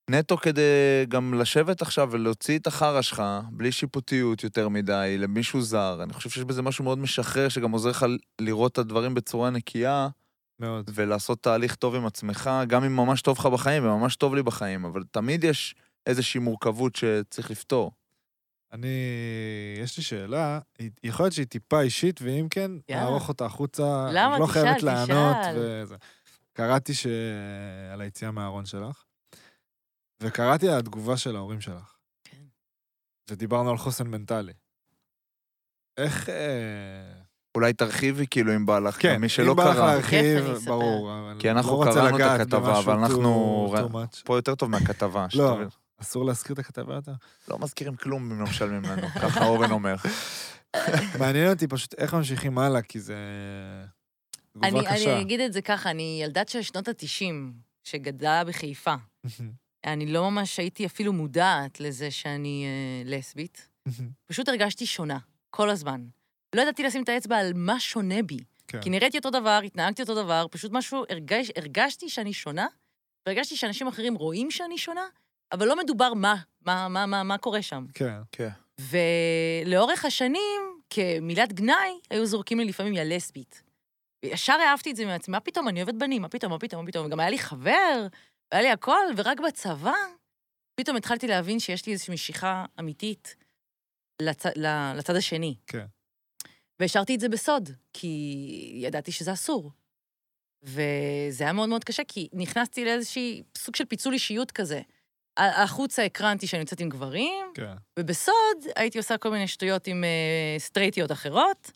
S1: נטו כדי גם לשבת עכשיו ולהוציא את החרא שלך, בלי שיפוטיות יותר מדי, למישהו זר. אני חושב שיש בזה משהו מאוד משחרר, שגם עוזר לך ל- לראות את הדברים בצורה נקייה,
S2: מאוד.
S1: ולעשות תהליך טוב עם עצמך, גם אם ממש טוב לך בחיים, וממש טוב לי בחיים, אבל תמיד יש איזושהי מורכבות שצריך לפתור.
S2: אני, יש לי שאלה, היא- יכול להיות שהיא טיפה אישית, ואם כן,
S4: יאללה.
S2: נערוך אותה החוצה.
S4: למה?
S2: את לא
S4: תשאל,
S2: חייבת לענות.
S4: תשאל.
S2: וזה. קראתי ש... על היציאה מהארון שלך, וקראתי על התגובה של ההורים שלך.
S4: כן.
S2: ודיברנו על חוסן מנטלי. איך... אה,
S1: אולי תרחיבי כאילו אם בא לך,
S2: כן,
S1: מי שלא
S2: אם בא לך
S1: קרא.
S2: להרחיב,
S4: בכיף, אני אספר.
S2: ברור. אבל
S1: כי אנחנו
S2: לא רוצה
S1: קראנו את
S2: לגעת
S1: הכתבה,
S2: במשהו
S1: אבל אנחנו-
S2: too- too much.
S1: פה יותר טוב מהכתבה. שאתה
S2: לא.
S1: מבין.
S2: אסור להזכיר את הכתבה יותר?
S1: לא מזכירים כלום אם לא משלמים לנו, ככה אורן אומר.
S2: לא מעניין אותי פשוט איך ממשיכים הלאה, כי זה... תגובה
S4: אני,
S2: קשה.
S4: אני אגיד את זה ככה, אני ילדת של שנות ה-90, שגדלה בחיפה. אני לא ממש הייתי אפילו מודעת לזה שאני אה, לסבית. פשוט הרגשתי שונה, כל הזמן. לא ידעתי לשים את האצבע על מה שונה בי.
S2: כן.
S4: כי נראיתי אותו דבר, התנהגתי אותו דבר, פשוט משהו, הרגש, הרגשתי שאני שונה, והרגשתי שאנשים אחרים רואים שאני שונה, אבל לא מדובר מה, מה, מה, מה, מה קורה שם.
S2: כן.
S1: כן.
S4: ולאורך השנים, כמילת גנאי, היו זורקים לי לפעמים, יא לסבית. וישר העפתי את זה מעצמי, מה פתאום, אני אוהבת בנים, מה פתאום, מה פתאום, מה פתאום. וגם היה לי חבר, היה לי הכל, ורק בצבא, פתאום התחלתי להבין שיש לי איזושהי משיכה אמיתית לצ... ל- לצד השני.
S2: כן.
S4: והשארתי את זה בסוד, כי ידעתי שזה אסור. וזה היה מאוד מאוד קשה, כי נכנסתי לאיזשהי סוג של פיצול אישיות כזה. החוצה הקרנתי שאני יוצאת עם גברים,
S2: כן.
S4: ובסוד הייתי עושה כל מיני שטויות עם אה, סטרייטיות אחרות,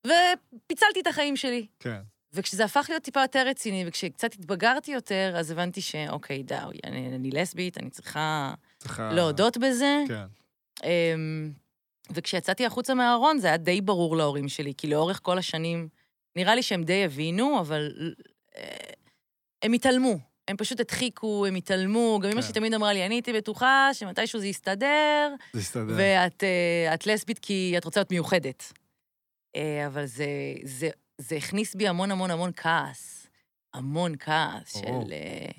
S4: ופיצלתי את החיים שלי.
S2: כן.
S4: וכשזה הפך להיות טיפה יותר רציני, וכשקצת התבגרתי יותר, אז הבנתי שאוקיי, די, אני, אני לסבית, אני צריכה
S2: צריכה...
S4: להודות בזה.
S2: אה, כן.
S4: אמ, וכשיצאתי החוצה מהארון זה היה די ברור להורים שלי, כי לאורך כל השנים, נראה לי שהם די הבינו, אבל אה, הם התעלמו. הם פשוט הדחיקו, הם התעלמו. גם אמא
S2: כן.
S4: שלי תמיד אמרה לי, אני הייתי בטוחה שמתישהו זה יסתדר,
S2: זה הסתדר.
S4: ואת אה, את לסבית כי את רוצה להיות מיוחדת. אה, אבל זה, זה, זה הכניס בי המון המון המון כעס. המון כעס
S2: ברור.
S4: של... אה,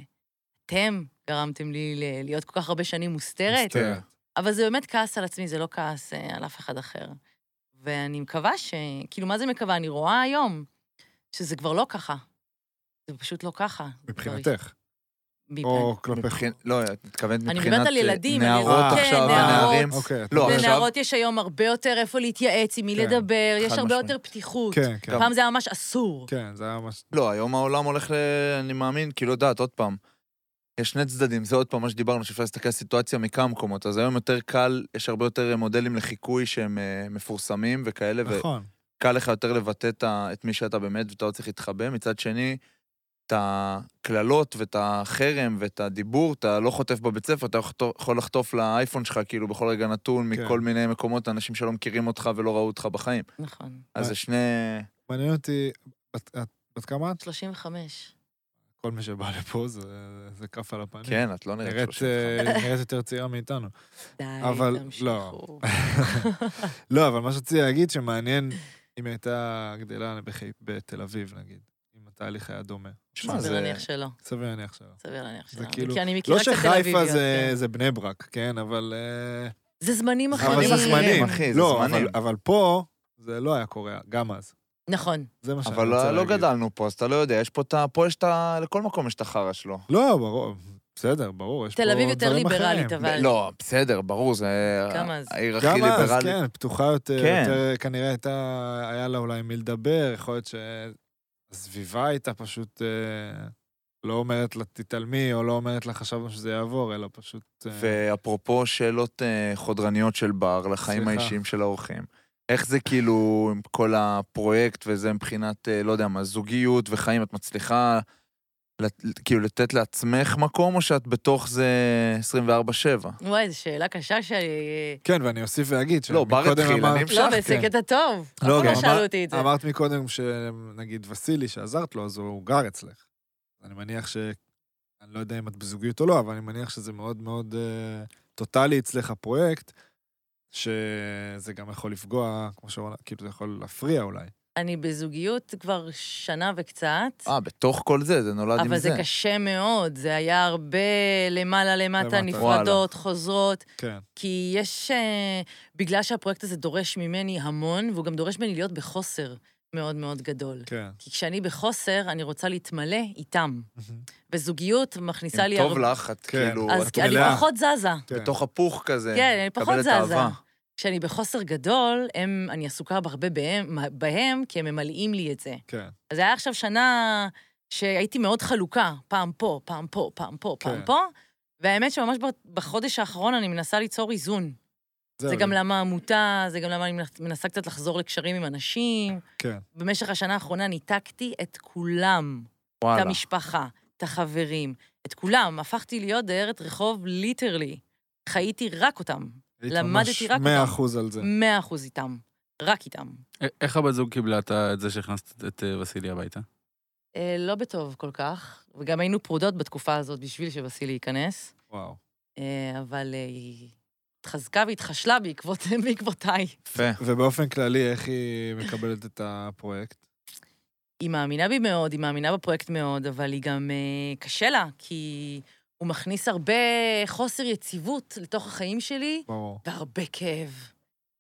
S4: אתם גרמתם לי ל- להיות כל כך הרבה שנים מוסתרת.
S2: מצטערת.
S4: אבל זה באמת כעס על עצמי, זה לא כעס אה, על אף אחד אחר. ואני מקווה ש... כאילו, מה זה מקווה? אני רואה היום שזה כבר לא ככה. זה פשוט לא ככה. זה כבר-
S2: מבחינתך.
S4: מבחינ-
S2: או כלפייך.
S1: מבחינ- לא, את מתכוונת מבחינת...
S4: אני מדברת על
S1: אה,
S4: ילדים, על
S1: נערות
S2: ילדים.
S1: עכשיו,
S2: כן, נערות.
S1: ונערים.
S2: אוקיי. את-
S1: לא, עכשיו-
S4: לנערות יש היום הרבה יותר איפה להתייעץ, עם מי
S2: כן,
S4: לדבר, יש
S1: חד
S4: הרבה
S1: משמעית.
S4: יותר פתיחות.
S2: כן, כן.
S4: פעם זה היה ממש אסור.
S2: כן, זה היה ממש...
S1: לא, היום העולם הולך ל... אני מאמין, כאילו, את יודעת, עוד פעם. יש שני צדדים, זה עוד פעם מה שדיברנו, שאפשר להסתכל על סיטואציה מכמה מקומות. אז היום יותר קל, יש הרבה יותר אה, מודלים לחיקוי שהם אה, מפורסמים וכאלה,
S2: נכון.
S1: וקל לך יותר לבטא את ה- את מי שאתה באמת, ואתה לא צריך להתחבא. מצד שני, את הקללות ואת החרם ואת הדיבור, אתה לא חוטף בבית ספר, אתה יכול- יכול לחטוף לאייפון שלך, כאילו, בכל רגע נתון,
S2: כן.
S1: מכל מיני מקומות, אנשים שלא מכירים אותך ולא ראו אותך בחיים.
S4: נכון.
S1: אז
S2: מה-
S1: זה שני...
S2: מעניין אותי, בת- את- בת כמה את?
S4: 35.
S2: כל מי שבא לפה זה- זה כף על הפנים.
S1: כן, את לא נראית
S2: נראית,
S1: 30.
S2: אה, נראית יותר צעירה מאיתנו.
S4: די,
S2: אבל-
S4: תמשיכו.
S2: לא. לא, אבל מה שרציתי להגיד שמעניין אם היא הייתה גדלה בחיפ- בתל אביב, נגיד, אם התהליך היה דומה.
S1: שמע,
S4: סביר
S1: זה...
S4: להניח שלא.
S2: סביר להניח שלא.
S4: סביר להניח
S2: זה
S4: שלא.
S2: כאילו-
S4: כי אני מכירה
S2: לא
S4: קצת תל
S2: שחיפה
S4: אביביות.
S2: זה-
S4: כן.
S2: זה בני ברק, כן, אבל... אה,
S4: זה זמנים
S1: אבל
S4: אחרים.
S2: אבל זה זמנים,
S1: אחי, זה
S2: לא,
S1: זמנים.
S2: אבל- אבל פה זה לא היה קורה, גם אז.
S4: נכון.
S2: זה מה שאני
S1: אבל
S2: רוצה
S1: לא-
S2: להגיד.
S1: לא גדלנו פה, אז אתה לא יודע, יש פה את ה... פה יש את ה... לכל מקום יש את החרא שלו.
S2: לא, ברור, בסדר, ברור, יש פה
S4: תל
S2: דברים
S4: אביב
S2: אחרים.
S4: יותר ליברלית, אבל...
S1: לא, בסדר, ברור, זה...
S2: אה.
S4: כמה זה?
S1: העיר הכי
S2: גם אז,
S1: ליברלית.
S2: כן, פתוחה יותר,
S1: כן.
S2: יותר כנראה הייתה, היה לה אולי עם מי לדבר, יכול להיות שהסביבה הייתה פשוט אה, לא אומרת לה תתעלמי, או לא אומרת לה חשבנו שזה יעבור, אלא פשוט... אה,
S1: ואפרופו שאלות אה, חודרניות של בר לחיים
S2: סליחה.
S1: האישיים של האורחים, איך זה כאילו עם כל הפרויקט וזה מבחינת, אה, לא יודע מה, זוגיות וחיים, את מצליחה לת- כאילו לתת לעצמך מקום, או שאת בתוך זה 24-7?
S4: וואי, זו שאלה קשה שאני...
S2: כן, ואני אוסיף ואגיד
S1: לא, בר
S2: שמקודם
S1: התחיל,
S2: אמרת- כן.
S1: אני המשכתי.
S4: לא, אבל זה קטע טוב. אף
S2: לא,
S4: אחד
S2: גם
S4: לא שאלו
S2: אמר-
S4: אותי את זה.
S2: אמרת מקודם שנגיד וסילי שעזרת לו, אז הוא גר אצלך. אני מניח ש... אני לא יודע אם את בזוגיות או לא, אבל אני מניח שזה מאוד מאוד אה, טוטאלי אצלך הפרויקט, שזה גם יכול לפגוע, כמו שאמרת, כאילו זה יכול להפריע אולי.
S4: אני בזוגיות כבר שנה וקצת,
S1: אה, בתוך כל זה, זה נולד עם זה.
S4: אבל זה קשה מאוד. זה היה הרבה למעלה למטה,
S2: למטה.
S4: נפרדות, חוזרות,
S2: כן,
S4: כי יש... אה, בגלל שהפרויקט הזה דורש ממני המון, והוא גם דורש ממני להיות בחוסר מאוד מאוד גדול.
S2: כן.
S4: כי כשאני בחוסר, אני רוצה להתמלא איתם. וזוגיות מכניסה לי...
S1: אם טוב
S4: הרבה-
S1: לך, את
S2: כן.
S1: כאילו,
S4: אז
S1: את
S4: כי אני
S2: מלאה.
S4: פחות זזה.
S2: כן.
S1: בתוך הפוך כזה.
S4: כן, אני פחות
S1: מקבלת
S4: זזה.
S1: אהבה.
S4: כשאני בחוסר גדול, הם, אני עסוקה הרבה בהם, בהם, כי הם ממלאים לי את זה.
S2: כן,
S4: אז היה עכשיו שנה שהייתי מאוד חלוקה, פעם פה, פעם פה, פעם פה, פעם
S2: כן.
S4: פה, והאמת שממש ב- בחודש האחרון אני מנסה ליצור איזון. זה
S2: זהו,
S4: גם למה עמותה, זה גם למה אני מנס- מנסה קצת לחזור לקשרים עם אנשים.
S2: כן.
S4: במשך השנה האחרונה ניתקתי את כולם. את
S1: וואלה.
S4: המשפחה, את החברים, את כולם. הפכתי להיות דיירת רחוב ליטרלי. חייתי רק אותם.
S2: היית
S4: למדתי
S2: ממש
S4: רק אותם.
S2: 100% על זה.
S4: מאה אחוז איתם, רק איתם.
S3: א- אה, איך הבת זוג קיבלה את ה- את זה שהכנסת את אה, וסילי הביתה?
S4: אה, לא בטוב כל כך, וגם היינו פרודות בתקופה הזאת בשביל שווסילי ייכנס,
S2: וואו.
S4: אה, אבל אה, היא התחזקה והתחשלה בעקבות, בעקבותיי.
S1: יפה.
S2: ובאופן כללי, איך היא מקבלת את הפרויקט?
S4: היא מאמינה בי מאוד, היא מאמינה בפרויקט מאוד, אבל היא גם אה, קשה לה, כי הוא מכניס הרבה חוסר יציבות לתוך החיים שלי,
S2: ברור.
S4: והרבה כאב.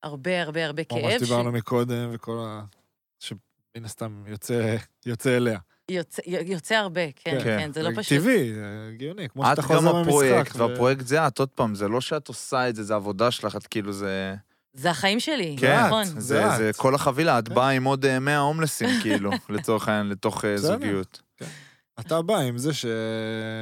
S4: הרבה הרבה הרבה
S2: כמו
S4: כאב.
S2: מה
S4: ש-
S2: שדיברנו מקודם, וכל ה... שמן הסתם יוצא- יוצא אליה.
S4: יוצא, יוצא הרבה, כן,
S1: כן.
S4: כן, זה לא פשוט.
S2: טבעי, זה הגיוני, כמו
S1: את
S2: שאתה
S1: גם
S2: חוזר מהמשחק.
S1: הפרויקט,
S2: ו-
S1: והפרויקט זה את, עוד פעם, זה לא שאת עושה את זה, זה עבודה שלך, את כאילו זה...
S4: זה החיים שלי,
S1: כן,
S4: נכון.
S1: זה-
S2: זה את.
S1: זה כל החבילה, את
S2: כן.
S1: באה עם עוד אה, 100 הומלסים, כאילו, לצורך העניין, לתוך אה,
S2: בסדר.
S1: זוגיות.
S2: אתה בא עם זה ש...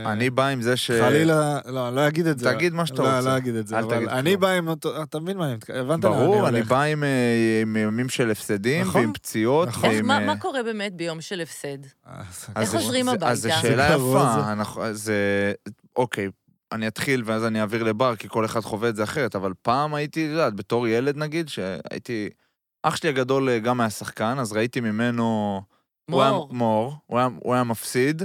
S1: אני בא עם זה ש...
S2: חלילה, לא, אני לא אגיד את זה.
S1: תגיד מה שאתה
S2: לא,
S1: רוצה.
S2: לא אגיד את זה,
S1: אל
S2: אבל
S1: תגיד
S2: אני
S1: כלום.
S2: בא עם אותו... אתה מבין מה אני מתכוון? הבנת לאן
S1: ברור, אני
S2: הולך.
S1: בא עם אה, עם ימים של הפסדים,
S2: נכון.
S1: ועם פציעות,
S2: נכון.
S4: איך,
S1: ועם...
S4: מה,
S1: אה,
S4: מה קורה באמת ביום של הפסד?
S2: אז-
S1: אז
S4: איך
S1: זה-
S4: חוזרים
S1: זה- אז זו
S4: הביתה?
S1: שאלה
S2: זה גרוע,
S1: יפה,
S2: זה.
S1: אנחנו- אז, אה, אוקיי, אני אתחיל ואז אני אעביר לבר, כי כל אחד חווה את זה אחרת, אבל פעם הייתי, את יודעת, בתור ילד נגיד, שהייתי... אח שלי הגדול אה, גם היה שחקן, אז ראיתי ממנו... הוא היה-
S4: מור,
S1: מור. הוא היה- הוא היה מפסיד,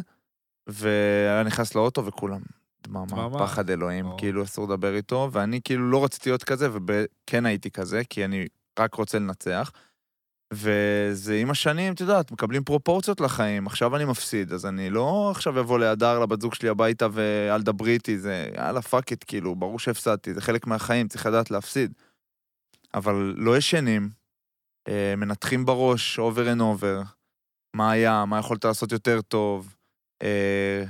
S1: והיה נכנס לאוטו וכולם. דממה,
S2: דממה.
S1: פחד אלוהים,
S2: ברור.
S1: כאילו אסור לדבר איתו, ואני כאילו לא רציתי להיות כזה, וכן הייתי כזה, כי אני רק רוצה לנצח. וזה עם השנים, את יודעת, מקבלים פרופורציות לחיים, עכשיו אני מפסיד, אז אני לא עכשיו אבוא להדר לבת זוג שלי הביתה ואל דברי איתי, זה יאללה פאק איט, כאילו, ברור שהפסדתי, זה חלק מהחיים, צריך לדעת להפסיד. אבל לא ישנים, אה, מנתחים בראש, over and over, מה היה, מה יכולת לעשות יותר טוב. אה,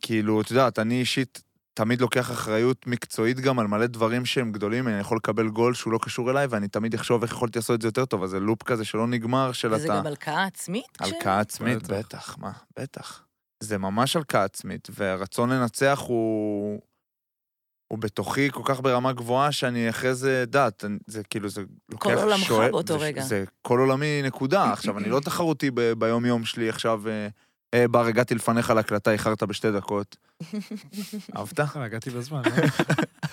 S1: כאילו, את יודעת, אני אישית תמיד לוקח אחריות מקצועית גם על מלא דברים שהם גדולים, אני יכול לקבל גול שהוא לא קשור אליי, ואני תמיד אחשוב איך יכולתי לעשות את זה יותר טוב, אז זה לופ כזה שלא נגמר, של
S4: וזה
S1: אתה...
S4: גם הלקאה עצמית? כש-
S1: הלקאה עצמית,
S2: בטח.
S1: בטח, מה, בטח. זה ממש הלקאה עצמית, והרצון לנצח הוא... הוא בתוכי כל כך ברמה גבוהה שאני אחרי זה, דעת, זה כאילו, זה לוקח...
S4: עולמך
S1: שואב-
S4: באותו
S1: זה,
S4: רגע.
S1: זה כל עולמי נקודה. עכשיו, אני לא תחרותי ב- ביום-יום שלי עכשיו, אה, אה, בר, הגעתי לפניך להקלטה, איחרת בשתי דקות. אהבת?
S2: אה, הגעתי בזמן, לא?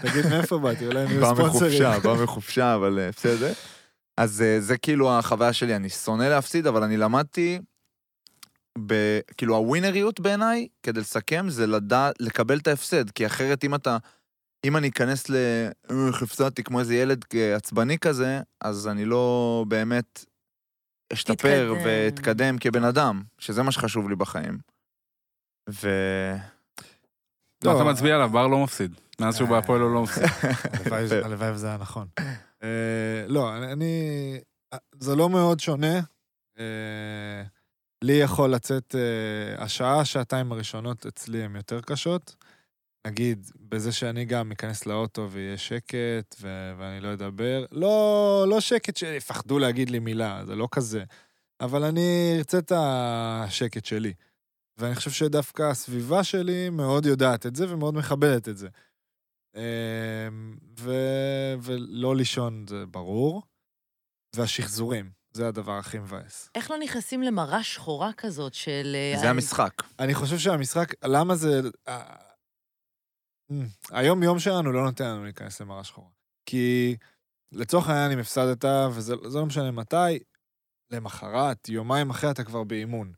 S2: תגיד מאיפה באתי, אולי הם יהיו
S1: בא
S2: ספונסרים.
S1: מחופשה, בא מחופשה, אבל אה, בסדר. אז אה, זה כאילו החוויה שלי, אני שונא להפסיד, אבל אני למדתי, ב- כאילו הווינריות בעיניי, כדי לסכם, זה לדע, לקבל את ההפסד, כי אחרת אם אתה, אם אני אכנס ל... "אה, איך הפסדתי כמו איזה ילד אה, עצבני כזה, אז אני לא באמת אשתפר
S4: תתקדם.
S1: ואתקדם כבן אדם, שזה מה שחשוב לי בחיים. ו...
S3: מה אתה
S2: לא,
S3: מצביע עליו? בר לא מפסיד. מאז שהוא
S2: אה.
S3: בהפועל הוא לא מפסיד.
S2: הלוואי ש- הלוואי וזה היה נכון. אה, לא, אני- אני... זה לא מאוד שונה. אה, לי יכול לצאת... אה, השעה, שעתיים הראשונות אצלי הן יותר קשות. נגיד, בזה שאני גם אכנס לאוטו ויהיה שקט, ו- ואני לא אדבר. לא, לא שקט שיפחדו להגיד לי מילה, זה לא כזה. אבל אני ארצה את השקט שלי. ואני חושב שדווקא הסביבה שלי מאוד יודעת את זה ומאוד מכבדת את זה. אמ, ו... ולא לישון זה ברור, והשחזורים, זה הדבר הכי מבאס.
S4: איך לא נכנסים למראה שחורה כזאת של... אה,
S1: זה המשחק.
S2: אני חושב שהמשחק, למה זה... אה, אמ, היום-יום שלנו לא נותן לנו להיכנס למראה שחורה. כי לצורך העניין, אם הפסדת, וזה זה לא משנה מתי, למחרת, יומיים אחרי, אתה כבר באימון.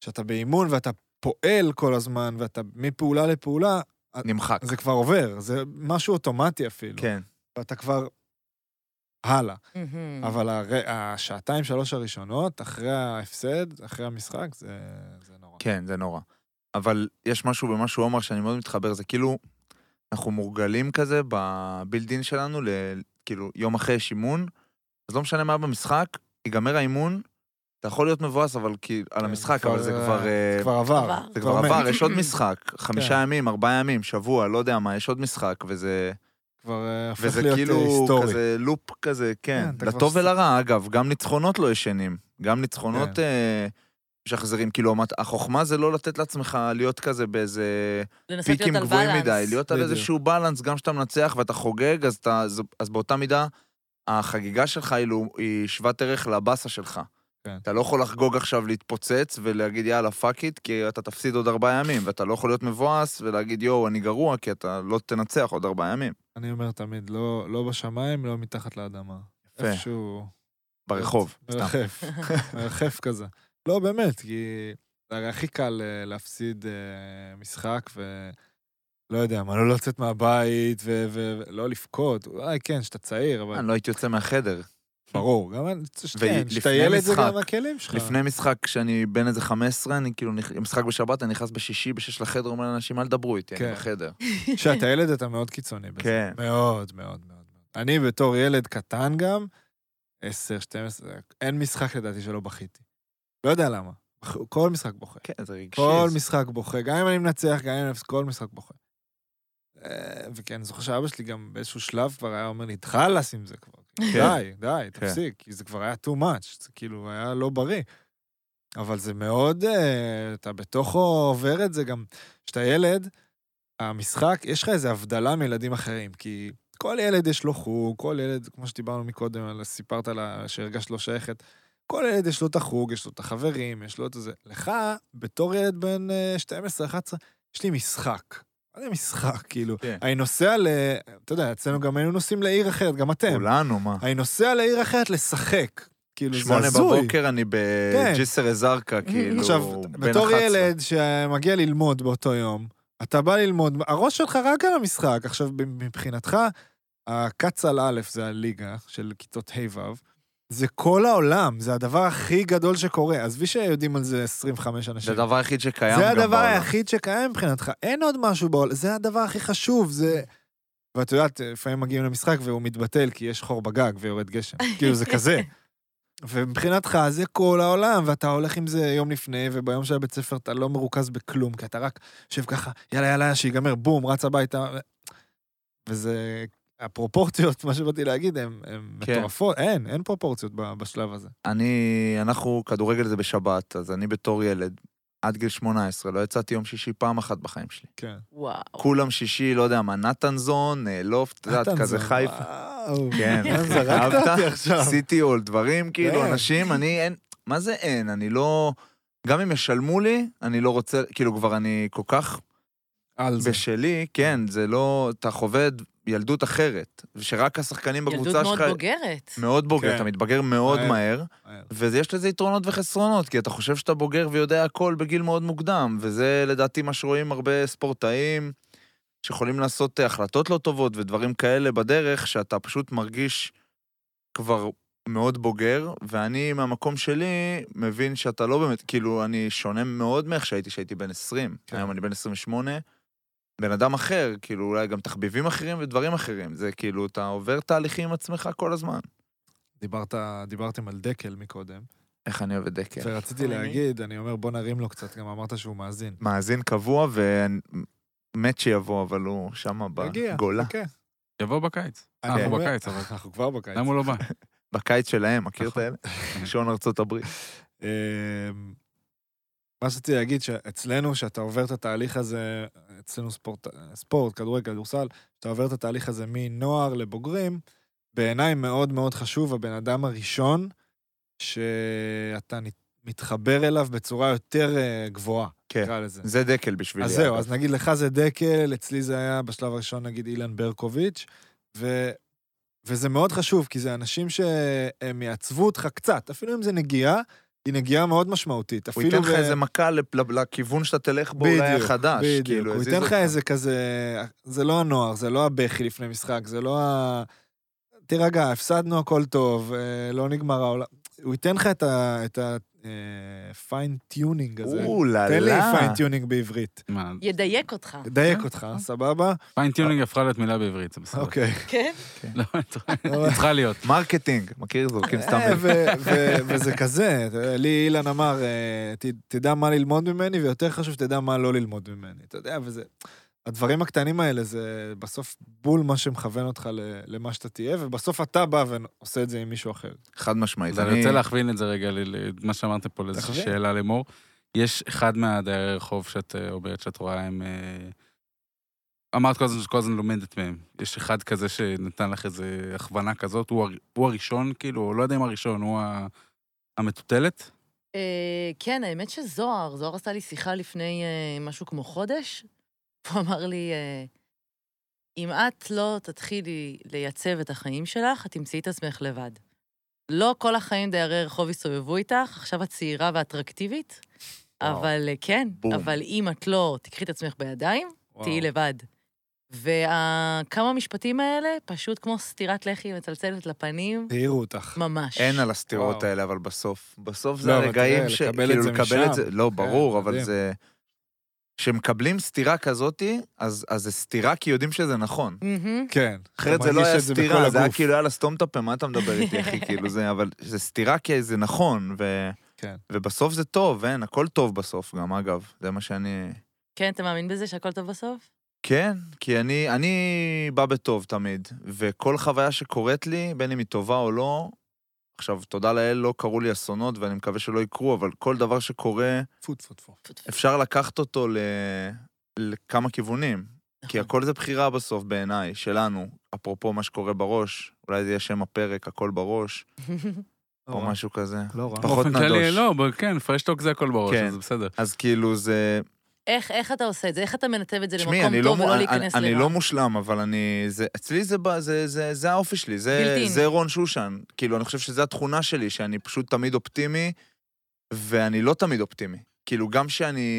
S2: כשאתה באימון ואתה פועל כל הזמן, ואתה מפעולה לפעולה,
S1: נמחק.
S2: זה כבר עובר, זה משהו אוטומטי אפילו.
S1: כן.
S2: ואתה כבר... הלאה.
S4: מהמם.
S2: אבל הר... השעתיים, שלוש הראשונות, אחרי ההפסד, אחרי המשחק, זה, זה נורא.
S1: כן, זה נורא. אבל יש משהו במה שהוא אמר שאני מאוד מתחבר, זה כאילו, אנחנו מורגלים כזה בבילדין שלנו, ל... כאילו, יום אחרי יש אימון, אז לא משנה מה במשחק, ייגמר האימון, אתה יכול להיות מבואס אבל כי... על
S2: כן,
S1: המשחק,
S2: כבר-
S1: אבל זה כבר... אה,
S2: זה כבר כן. עבר.
S4: עבר.
S1: זה
S2: כבר
S1: כבר עבר,
S2: מת.
S1: יש עוד משחק, חמישה ימים, ארבעה ימים, שבוע, לא יודע מה, יש עוד משחק, וזה...
S2: כבר אה, הופך
S1: וזה
S2: להיות
S1: כאילו
S2: אה, היסטורי.
S1: כזה לופ כזה, כן.
S2: כן, אתה כבר
S1: לטוב
S2: ס- כן.
S1: ולרע, אגב, גם ניצחונות לא ישנים. גם ניצחונות אה, משחזרים. כאילו, המת- החוכמה זה לא לתת לעצמך להיות כזה באיזה
S4: לנסות להיות
S1: פיקים
S4: על
S1: גבוהים
S4: בלנס.
S1: מדי, להיות על
S2: בדיוק.
S1: איזשהו בלנס, גם כשאתה מנצח ואתה חוגג, אז אתה- אז- אז באותה מידה, החגיגה שלך היא לא- היא שוות ערך לבאסה שלך.
S2: כן.
S1: אתה לא יכול לחגוג עכשיו, להתפוצץ ולהגיד יאללה פאק איט, כי אתה תפסיד עוד ארבעה ימים, ואתה לא יכול להיות מבואס ולהגיד יואו, אני גרוע, כי אתה לא תנצח עוד ארבעה ימים.
S2: אני אומר תמיד, לא, לא בשמיים, לא מתחת לאדמה.
S1: יפה.
S2: איפשהו...
S1: ברחוב, סתם.
S2: מרחף, מרחף כזה. לא, באמת, כי זה הרי הכי קל אה, להפסיד אה, משחק ו... לא יודע, מה, לא לצאת מהבית ולא לבכות. לא אולי כן, שאתה צעיר, אבל...
S1: אה,
S2: אה.
S1: אני לא הייתי יוצא מהחדר.
S2: ברור, גם אני- שתיהן,
S1: נכון. ולפני
S2: שתייל את זה
S1: משחק.
S2: גם לכלים שלך.
S1: לפני משחק, כשאני בן איזה 15, אני כאילו, נכ- משחק בשבת, אני נכנס בשישי, בשש לחדר, אומר לאנשים, אל דברו איתי, אני
S2: כן.
S1: בחדר.
S2: כשאתה ילד אתה מאוד קיצוני בזה.
S1: כן.
S2: מאוד, מאוד, מאוד. אני בתור ילד קטן גם, 10, 12, אין משחק לדעתי שלא בכיתי. לא יודע למה. בח- כל משחק בוכה.
S1: כן, זה רגשי.
S2: כל
S1: זה-
S2: משחק בוכה. גם אם אני מנצח, גם אם אני מפס- כל משחק בוכה. אה, וכן, אני זוכר שאבא שלי גם באיזשהו שלב כבר היה אומר לי, תחלאס עם זה כבר. כאילו."
S1: כן.
S2: די, די, תפסיק. כי זה כבר היה too much, זה כאילו היה לא בריא. אבל זה מאוד, אה, אתה בתוכו עובר את זה גם. כשאתה ילד, המשחק, יש לך איזו הבדלה מילדים אחרים, כי כל ילד יש לו חוג, כל ילד, כמו שדיברנו מקודם, על- סיפרת לה שהרגשת לא שייכת, כל ילד יש לו את החוג, יש לו את החברים, יש לו את זה. לך, בתור ילד בן אה, 12-11, יש לי משחק. מה זה משחק, כאילו?
S1: כן.
S2: אני נוסע ל... אתה יודע, אצלנו גם היינו נוסעים לעיר אחרת, גם אתם.
S1: כולנו, מה?
S2: אני נוסע לעיר אחרת לשחק. כאילו, זה
S1: שמונה
S2: הזוי. כן. אה,
S1: בבוקר אני בג'יסר א-זרקא, כאילו,
S2: עכשיו,
S1: בן
S2: בתור
S1: 11.
S2: ילד שמגיע ללמוד באותו יום, אתה בא ללמוד, הראש שלך רק על המשחק. עכשיו, מבחינתך, הקץ על א' זה הליגה של כיתות ה'-ו', זה כל העולם, זה הדבר הכי גדול שקורה. עזבי שיודעים על זה 25 אנשים.
S1: זה הדבר היחיד שקיים
S2: זה
S1: גם
S2: הדבר
S1: בעולם.
S2: היחיד שקיים מבחינתך, אין עוד משהו בעולם, זה הדבר הכי חשוב, זה... ואת יודעת, לפעמים מגיעים למשחק והוא מתבטל כי יש חור בגג ויורד גשם. כאילו, זה כזה. ומבחינתך זה כל העולם, ואתה הולך עם זה יום לפני, וביום של הבית ספר אתה לא מרוכז בכלום, כי אתה רק יושב ככה, יאללה, יאללה, שיגמר, בום, רץ הביתה. וזה... הפרופורציות, מה שבאתי להגיד, הן הן
S1: כן.
S2: מטורפות, אין, אין פרופורציות ב- בשלב הזה.
S1: אני, אנחנו, כדורגל זה בשבת, אז אני בתור ילד, עד גיל 18, לא יצאתי יום שישי פעם אחת בחיים שלי.
S2: כן.
S4: וואו.
S1: כולם שישי, לא יודע מה, נתנזון, אה, לופט, את יודעת, כזה חיפה.
S2: וואו.
S1: כן,
S2: אה,
S1: אחי,
S2: זרקת
S1: אהבת?
S2: אותי עכשיו.
S1: סיטי אול, דברים כאילו,
S2: כן.
S1: אנשים, אני אין, מה זה אין? אני לא, גם אם ישלמו לי, אני לא רוצה, כאילו כבר אני כל כך
S2: על זה.
S1: בשלי, כן, זה לא, אתה חווה ילדות אחרת, שרק השחקנים
S4: ילדות
S1: בקבוצה
S4: מאוד
S1: שלך...
S4: בוגרת.
S1: מאוד בוגר,
S2: כן.
S1: אתה מתבגר מאוד
S2: מהר.
S1: מהר, ויש לזה יתרונות וחסרונות, כי אתה חושב שאתה בוגר ויודע הכל בגיל מאוד מוקדם, וזה לדעתי מה שרואים הרבה ספורטאים, שיכולים לעשות אה, החלטות לא טובות ודברים כאלה בדרך, שאתה פשוט מרגיש כבר מאוד בוגר, ואני מהמקום שלי מבין שאתה לא באמת, כאילו, אני שונה מאוד מאיך שהייתי כשהייתי בן 20,
S2: כן.
S1: היום אני בן 28. בן אדם אחר, כאילו אולי גם תחביבים אחרים ודברים אחרים. זה כאילו, אתה עובר תהליכים עם עצמך כל הזמן.
S2: דיברת, דיברתם על דקל מקודם,
S1: איך אני אוהב את
S3: כן.
S1: דקל.
S2: ורציתי
S4: אני?
S2: להגיד, אני אומר בוא נרים לו קצת, גם אמרת שהוא מאזין.
S1: מאזין קבוע, ומת שיבוא, אבל הוא שם
S2: יגיע,
S1: בגולה.
S2: אוקיי.
S3: יבוא בקיץ. אה,
S2: אני
S3: אנחנו
S2: אומר-
S3: בקיץ, אבל
S2: אנחנו כבר בקיץ.
S3: למה הוא לא בא?
S1: בקיץ שלהם, מכיר את
S3: נכון.
S1: האלה? שעון ארצות הברית.
S2: אמ, מה שרציתי להגיד, שאצלנו, שאתה עובר את התהליך הזה, אצלנו ספורט, ספורט כדורגל, כדורסל, שאתה עובר את התהליך הזה מנוער לבוגרים, בעיניי מאוד מאוד חשוב, הבן אדם הראשון שאתה נת- מתחבר אליו בצורה יותר אה, גבוהה,
S1: כן.
S2: נקרא לזה.
S1: זה דקל בשבילי.
S2: אז זהו,
S1: אגב.
S2: אז נגיד לך זה דקל, אצלי זה היה בשלב הראשון נגיד אילן ברקוביץ', ו... וזה מאוד חשוב, כי זה אנשים שהם יעצבו אותך קצת, אפילו אם זה נגיעה, היא נגיעה מאוד משמעותית.
S1: הוא
S2: אפילו
S1: ייתן לך
S2: ב-
S1: איזה מכה לפ- לפ- לכיוון שאתה תלך בו אולי
S2: בדיוק,
S1: החדש.
S2: בדיוק,
S1: כאילו,
S2: הוא
S1: יזיז
S2: ייתן לך
S1: אותך.
S2: איזה כזה, זה לא הנוער, זה לא הבכי לפני משחק, זה לא ה... תירגע, הפסדנו, הכל טוב, אה, לא נגמר העולם. הוא ייתן לך את ה... את ה... פיינטיונינג הזה.
S1: אוללה.
S2: תן לי פיינטיונינג בעברית.
S3: מה,
S4: ידייק אותך.
S1: אה,
S2: דייק אותך, סבבה?
S3: פיינטיונינג הפכה להיות מילה בעברית, זה בסדר.
S2: אוקיי.
S4: כן?
S3: לא, אני צוחק. היא צריכה להיות.
S1: מרקטינג, מכיר? זורקים כן, סתם.
S2: אה, ו- ו- וזה כזה, אתה יודע, לי אילן אמר, אה, ת- תדע מה ללמוד ממני, ויותר חשוב, תדע מה לא ללמוד ממני. אתה יודע, וזה... הדברים הקטנים האלה זה בסוף בול מה שמכוון אותך ל- למה שאתה תהיה, ובסוף אתה בא ועושה את זה עם מישהו אחר.
S1: חד משמעית.
S3: אז אני
S1: אני-
S3: רוצה להכווין את זה רגע, ל- ל- מה שאמרתם פה, לאיזושהי
S2: תכווין.
S3: שאלה לאמור. יש אחד מהדיירי רחוב שאת אה, אומרת שאת רואה הם... אה, אמרת כל הזמן שכל הזמן לומדת מהם. יש אחד כזה שנתן לך איזו הכוונה כזאת, הוא הר- הוא הראשון, כאילו, הוא לא יודע אם הראשון, הוא ה- המטוטלת?
S4: אה, כן, האמת שזוהר, זוהר עשה לי שיחה לפני אה, משהו כמו חודש, הוא אמר לי, אה, אם את לא תתחילי לייצב את החיים שלך, את תמצאי את עצמך לבד. לא כל החיים דיירי רחוב יסובבו איתך, עכשיו את צעירה ואטרקטיבית,
S1: וואו.
S4: אבל אה, כן,
S1: בום.
S4: אבל אם את לא תקחי את עצמך בידיים, תהיי לבד. וכמה משפטים האלה, פשוט כמו סטירת לחי מצלצלת לפנים,
S2: העירו אותך.
S4: ממש.
S1: אין על הסתירות
S2: וואו.
S1: האלה, אבל בסוף, בסוף
S2: לא,
S1: זה
S2: אבל
S1: הרגעים
S2: תראה,
S1: ש...
S2: לקבל את
S1: כאילו,
S2: זה
S1: לקבל את
S2: משם.
S1: זה, לא,
S2: כן,
S1: ברור, אבל
S2: מדהים.
S1: זה... כשמקבלים סתירה כזאתי, אז אז זה סתירה כי יודעים שזה נכון.
S4: מהמם.
S2: כן.
S1: אחרת
S2: אתה
S1: זה לא
S2: מרגיש
S1: היה
S2: את זה בכל
S1: סתירה, זה היה
S2: הגוף.
S1: כאילו, יאללה, סתום את הפה, מה אתה מדבר איתי, אחי? כאילו, זה, אבל זה סתירה כי זה נכון, ו...
S2: כן.
S1: ובסוף זה טוב, אין, הכל טוב בסוף גם, אגב. זה מה שאני...
S4: כן, אתה מאמין בזה שהכל טוב בסוף?
S1: כן, כי אני, אני בא בטוב תמיד, וכל חוויה שקורית לי, בין אם היא טובה או לא, עכשיו, תודה לאל, לא קרו לי אסונות, ואני מקווה שלא יקרו, אבל כל דבר שקורה,
S2: טפו, טפו, טפו.
S4: טפו, טפו.
S1: אפשר לקחת אותו ל... לכמה כיוונים. כי
S4: נכון.
S1: הכל זה בחירה בסוף בעיניי, שלנו. אפרופו מה שקורה בראש, אולי זה יהיה שם הפרק, הכל בראש,
S2: לא
S1: או
S2: רע.
S1: משהו נכון. כזה.
S2: לא רע.
S1: פחות
S3: באופן כללי,
S1: נדוש.
S3: לא, ב- כן, פרשטוק זה הכל בראש,
S1: כן.
S3: אז זה בסדר.
S1: אז כאילו זה...
S4: איך, איך אתה עושה את זה? איך אתה מנתב את זה
S1: תשמעי,
S4: למקום
S1: אני, לא,
S4: טוב
S1: מו-
S4: ולא
S1: אני, אני,
S4: להיכנס
S1: אני
S4: לרע?
S1: לא מושלם, אבל אני... זה, אצלי זה, בא- זה, זה, זה האופי שלי, זה,
S4: built in.
S1: זה רון שושן. כאילו, אני חושב שזו התכונה שלי, שאני פשוט תמיד אופטימי, ואני לא תמיד אופטימי. כאילו, גם שאני...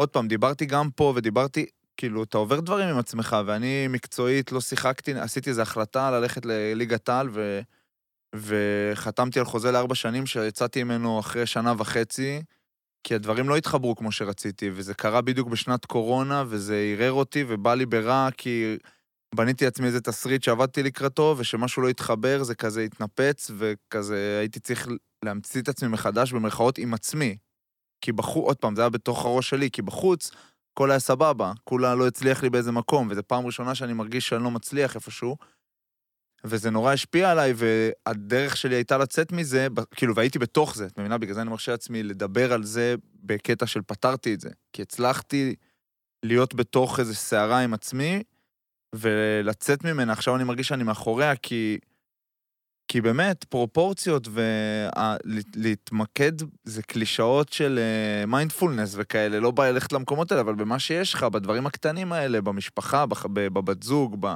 S1: עוד פעם, דיברתי גם פה ודיברתי... כאילו, אתה עובר דברים עם עצמך, ואני מקצועית לא שיחקתי, עשיתי איזו החלטה ללכת לליגת העל, ו... וחתמתי על חוזה לארבע שנים שיצאתי ממנו אחרי שנה וחצי, כי הדברים לא התחברו כמו שרציתי, וזה קרה בדיוק בשנת קורונה, וזה ערער אותי ובא לי ברע, כי בניתי לעצמי איזה תסריט שעבדתי לקראתו, ושמשהו לא התחבר, זה כזה התנפץ, וכזה הייתי צריך להמציא את עצמי מחדש, במרכאות, עם עצמי. כי בחוץ, עוד פעם, זה היה בתוך הראש שלי, כי בחוץ הכל היה סבבה, כולה לא הצליח לי באיזה מקום, וזו פעם ראשונה שאני מרגיש שאני לא מצליח איפשהו. וזה נורא השפיע עליי, והדרך שלי הייתה לצאת מזה, ב- כאילו, והייתי בתוך זה, את מבינה? בגלל זה אני מרשה לעצמי לדבר על זה בקטע של פתרתי את זה. כי הצלחתי להיות בתוך איזו סערה עם עצמי, ולצאת ממנה. עכשיו אני מרגיש שאני מאחוריה, כי... כי באמת, פרופורציות ולהתמקד זה קלישאות של מיינדפולנס וכאלה, לא בא ללכת למקומות האלה, אבל במה שיש לך, בדברים הקטנים האלה, במשפחה, בח- ב- בבת זוג, ב-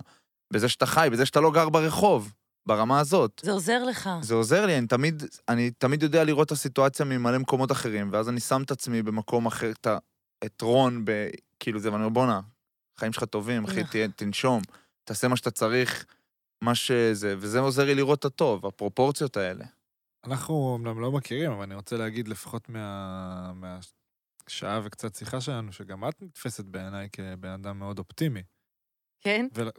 S1: בזה שאתה חי, בזה שאתה לא גר ברחוב, ברמה הזאת.
S4: זה עוזר לך.
S1: זה עוזר לי, אני תמיד, אני תמיד יודע לראות את הסיטואציה ממלא מקומות אחרים, ואז אני שם את עצמי במקום אחר, את, ה- את רון, ב, כאילו זה, ואני אומר, בואנה, החיים שלך טובים, אחי,
S4: נכון.
S1: תה, תנשום, תעשה מה שאתה צריך, מה שזה, וזה עוזר לי לראות את הטוב, הפרופורציות האלה.
S2: אנחנו אמנם לא מכירים, אבל אני רוצה להגיד לפחות מה... מהשעה וקצת שיחה שלנו, שגם את נתפסת בעיניי כבן אדם מאוד אופטימי.
S4: כן?
S2: ול-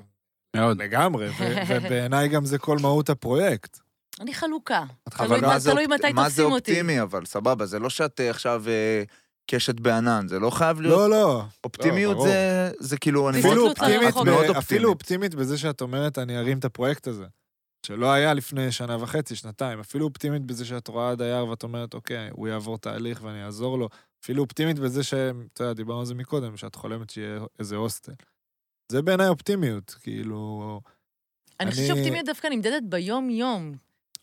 S3: מאוד.
S2: לגמרי, ו- ובעיניי גם זה כל מהות הפרויקט.
S4: אני חלוקה.
S2: את
S4: תלוי
S1: מה
S4: מה-
S1: זה
S4: תלוי
S1: אופט-
S4: מתי
S1: מה זה
S4: תופסים אותי.
S1: אופטימי, אבל סבבה, זה לא שאת אה, עכשיו אה, קשת בענן, זה לא חייב להיות...
S2: לא, לא.
S1: אופטימיות
S2: ברור.
S1: זה, זה כאילו, אני
S4: אפילו
S1: מאוד
S4: תסתכלו
S1: אופטימית,
S4: על
S1: את
S4: החוק.
S1: מאוד
S2: ב- אפילו
S1: אופטימית.
S2: אופטימית בזה שאת אומרת, אני ארים את הפרויקט הזה. שלא היה לפני שנה וחצי, שנתיים. אפילו אופטימית בזה שאת רואה דייר ואת אומרת, אוקיי, הוא יעבור תהליך ואני אעזור לו. אפילו אופטימית בזה ש... אתה יודע, דיברנו על זה מקודם, שאת חולמת שיהיה איזה הוסטל. זה בעיניי אופטימיות, כאילו...
S4: אני חושבת
S2: אני-
S4: שאופטימיות דווקא נמדדת ביום-יום.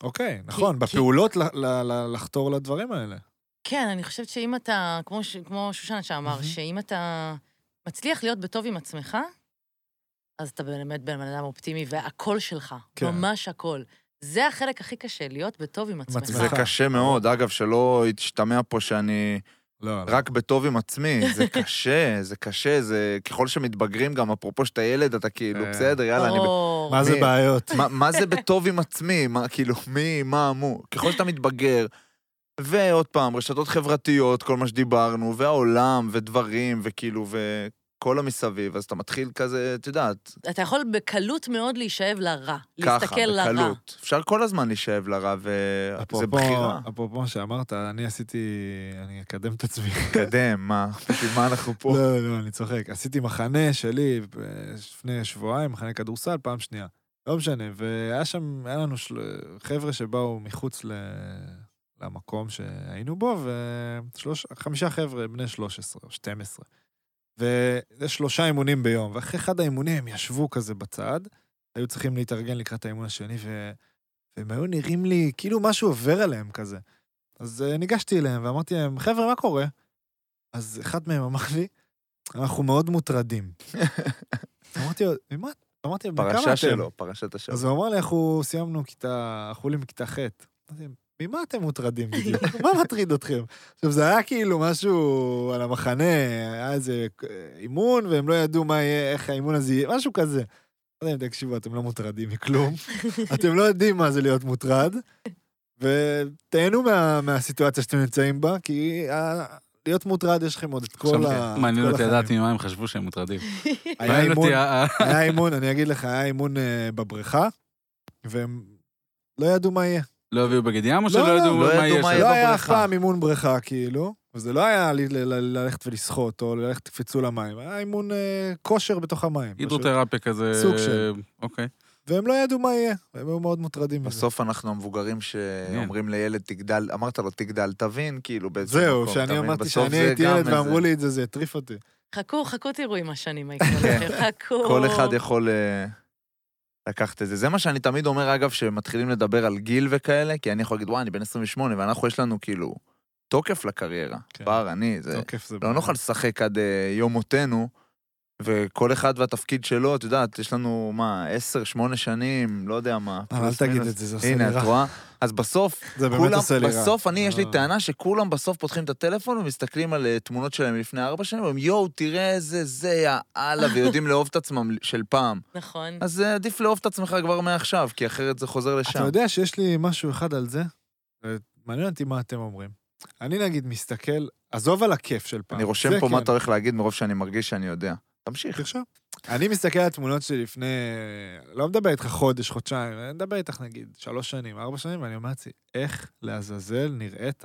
S2: אוקיי, נכון,
S4: כי-
S2: בפעולות ל- ל- ל- לחתור לדברים האלה.
S4: כן, אני חושבת שאם אתה, כמו, ש... כמו שושנה שאמר,
S2: מהמם.
S4: שאם אתה מצליח להיות בטוב עם עצמך, אז אתה באמת בן אדם אופטימי, והקול שלך,
S2: כן.
S4: ממש הקול. זה החלק הכי קשה, להיות בטוב עם עצמך.
S2: עצמך.
S1: זה קשה מאוד, אגב, שלא ישתמע פה שאני...
S2: לא,
S1: רק בטוב עם עצמי, זה קשה, זה קשה, זה ככל שמתבגרים גם, אפרופו שאתה ילד, אתה כאילו,
S2: אה.
S1: בסדר, יאללה, אני... ב-
S4: אור.
S2: מה זה
S1: מי-
S2: בעיות?
S1: מה- מה זה בטוב עם עצמי? מה, כאילו, מי, מה, מו? ככל שאתה מתבגר, ועוד פעם, רשתות חברתיות, כל מה שדיברנו, והעולם, ודברים, וכאילו, וכל המסביב, אז אתה מתחיל כזה, את יודעת,
S4: אתה יכול בקלות מאוד להישאב לרע.
S1: ככה,
S4: להסתכל לרע.
S1: בקלות. אפשר כל הזמן להישאב לרע, וזה
S2: אפרופו-
S1: בחירה.
S2: אפרופו מה שאמרת, אני עשיתי... אני אקדם את עצמי.
S1: קדם, מה? בשביל מה אנחנו פה?
S2: אוקיי. לא, לא, אני צוחק. עשיתי מחנה שלי אה, לפני שבועיים, מחנה כדורסל, פעם שנייה. לא משנה, והיה שם, היה לנו של... חבר'ה שבאו מחוץ ל... למקום שהיינו בו, וחמישה חבר'ה בני 13 או 12. וזה שלושה אימונים ביום, ואחרי אחד האימונים הם ישבו כזה בצד, היו צריכים להתארגן לקראת האימון השני, ו... והם היו נראים לי כאילו משהו עובר עליהם כזה. אז אה, ניגשתי אליהם ואמרתי להם, חבר'ה, מה קורה? אז אחד מהם אמר לי, אנחנו מאוד מוטרדים. אמרתי לו, ממה? אמרתי לו, "בן כמה
S1: פרשה
S2: אתם?"
S1: שלו, פרשת השבוע.
S2: אז הוא אמר לי, אנחנו סיימנו כיתה, אנחנו עולים מכיתה ח'. אמרתי, ממה אתם מוטרדים בדיוק? מה מטריד אתכם? עכשיו, זה היה כאילו משהו על המחנה, היה איזה אה, אימון, והם לא ידעו מה יהיה, איך האימון הזה יהיה, משהו כזה. לא יודע אם תקשיבו, אתם לא מוטרדים מכלום. אתם לא יודעים מה זה להיות מוטרד, ותהנו מה, מהסיטואציה שאתם נמצאים בה, כי ה... להיות מוטרד יש לכם עוד את כל ה... את
S3: אה, מעניין
S2: כל
S3: אותי
S2: החיים.
S3: לדעת ממה הם חשבו שהם מוטרדים.
S2: היה
S3: מעניין
S2: אימון,
S3: אותי, אה, ה- ה-
S2: היה אימון, אני אגיד לך, היה אימון אה, בבריכה, והם לא ידעו מה יהיה.
S3: לא הביאו בגד ים או שלא
S2: לא,
S3: ידעו
S1: לא
S3: מה
S1: ידעו
S3: יהיה?
S1: מה
S3: שם?
S1: יהיה.
S2: לא היה אף
S1: בבריכה.
S2: פעם אימון בריכה, כאילו, וזה לא היה ל- ל- ל- ללכת ולשחות, או ללכת תקפצו למים, היה אימון אה, כושר בתוך המים. פשוט.
S3: הידרותרפיה כזה.
S2: סוג של.
S3: אוקיי.
S2: והם לא ידעו מה יהיה, והם היו מאוד מוטרדים מזה.
S1: בסוף אנחנו המבוגרים שאומרים לילד תגדל, אמרת לו תגדל, תבין, כאילו באיזה
S2: כן. זהו,
S1: מקום,
S2: שאני
S1: תבין?
S2: אמרתי
S1: בסוף זה
S2: שאני הייתי
S1: גם
S2: ילד
S1: איזה-
S2: ואמרו לי את זה, זה הטריף אותי.
S4: חכו, חכו תראו עם השנים מה יקרה לכם, חכו.
S1: כן. כל אחד יכול אה, לקחת את זה. זה מה שאני תמיד אומר, אגב, שמתחילים לדבר על גיל וכאלה, כי אני יכול להגיד, וואי, אני בן 28, ואנחנו, יש לנו כאילו תוקף לקריירה.
S2: כן.
S1: בר, אני, זה...
S2: תוקף זה
S1: לא
S2: בעיה.
S1: נוכל לשחק עד אה, יום מותנו, וכל אחד והתפקיד שלו, את יודעת, יש לנו, מה, 10-8 שנים, לא יודע מה.
S2: אבל אל
S1: פלוס
S2: תגיד
S1: מינוס.
S2: את זה, זה לא עושה לי
S1: הנה, את
S2: רע.
S1: רואה? אז בסוף,
S2: זה באמת
S1: כולם,
S2: עושה לי רע.
S1: בסוף אני, יש לי
S2: אה.
S1: טענה שכולם בסוף פותחים את הטלפון ומסתכלים על אה, תמונות שלהם מלפני ארבע שנים, ואומרים, יואו, תראה איזה זה, יא אללה, ויודעים לאהוב את עצמם של פעם.
S4: נכון.
S1: אז אה, עדיף לאהוב את עצמך כבר מעכשיו, כי אחרת זה חוזר לשם.
S2: אתה יודע שיש לי משהו אחד על זה? אה, מעניין אותי מה אתם אומרים. אני נגיד מסתכל, עזוב על הכיף של פעם.
S1: אני רושם
S2: זה
S1: פה מה
S2: כן.
S1: אתה הולך להגיד מרוב שאני מרגיש שאני יודע. תמשיך.
S2: תרשום. אני מסתכל על תמונות שלי לפני, לא מדבר איתך חודש, חודשיים, אני מדבר איתך נגיד שלוש שנים, ארבע שנים, ואני אומר לעצמי, איך לעזאזל נראית?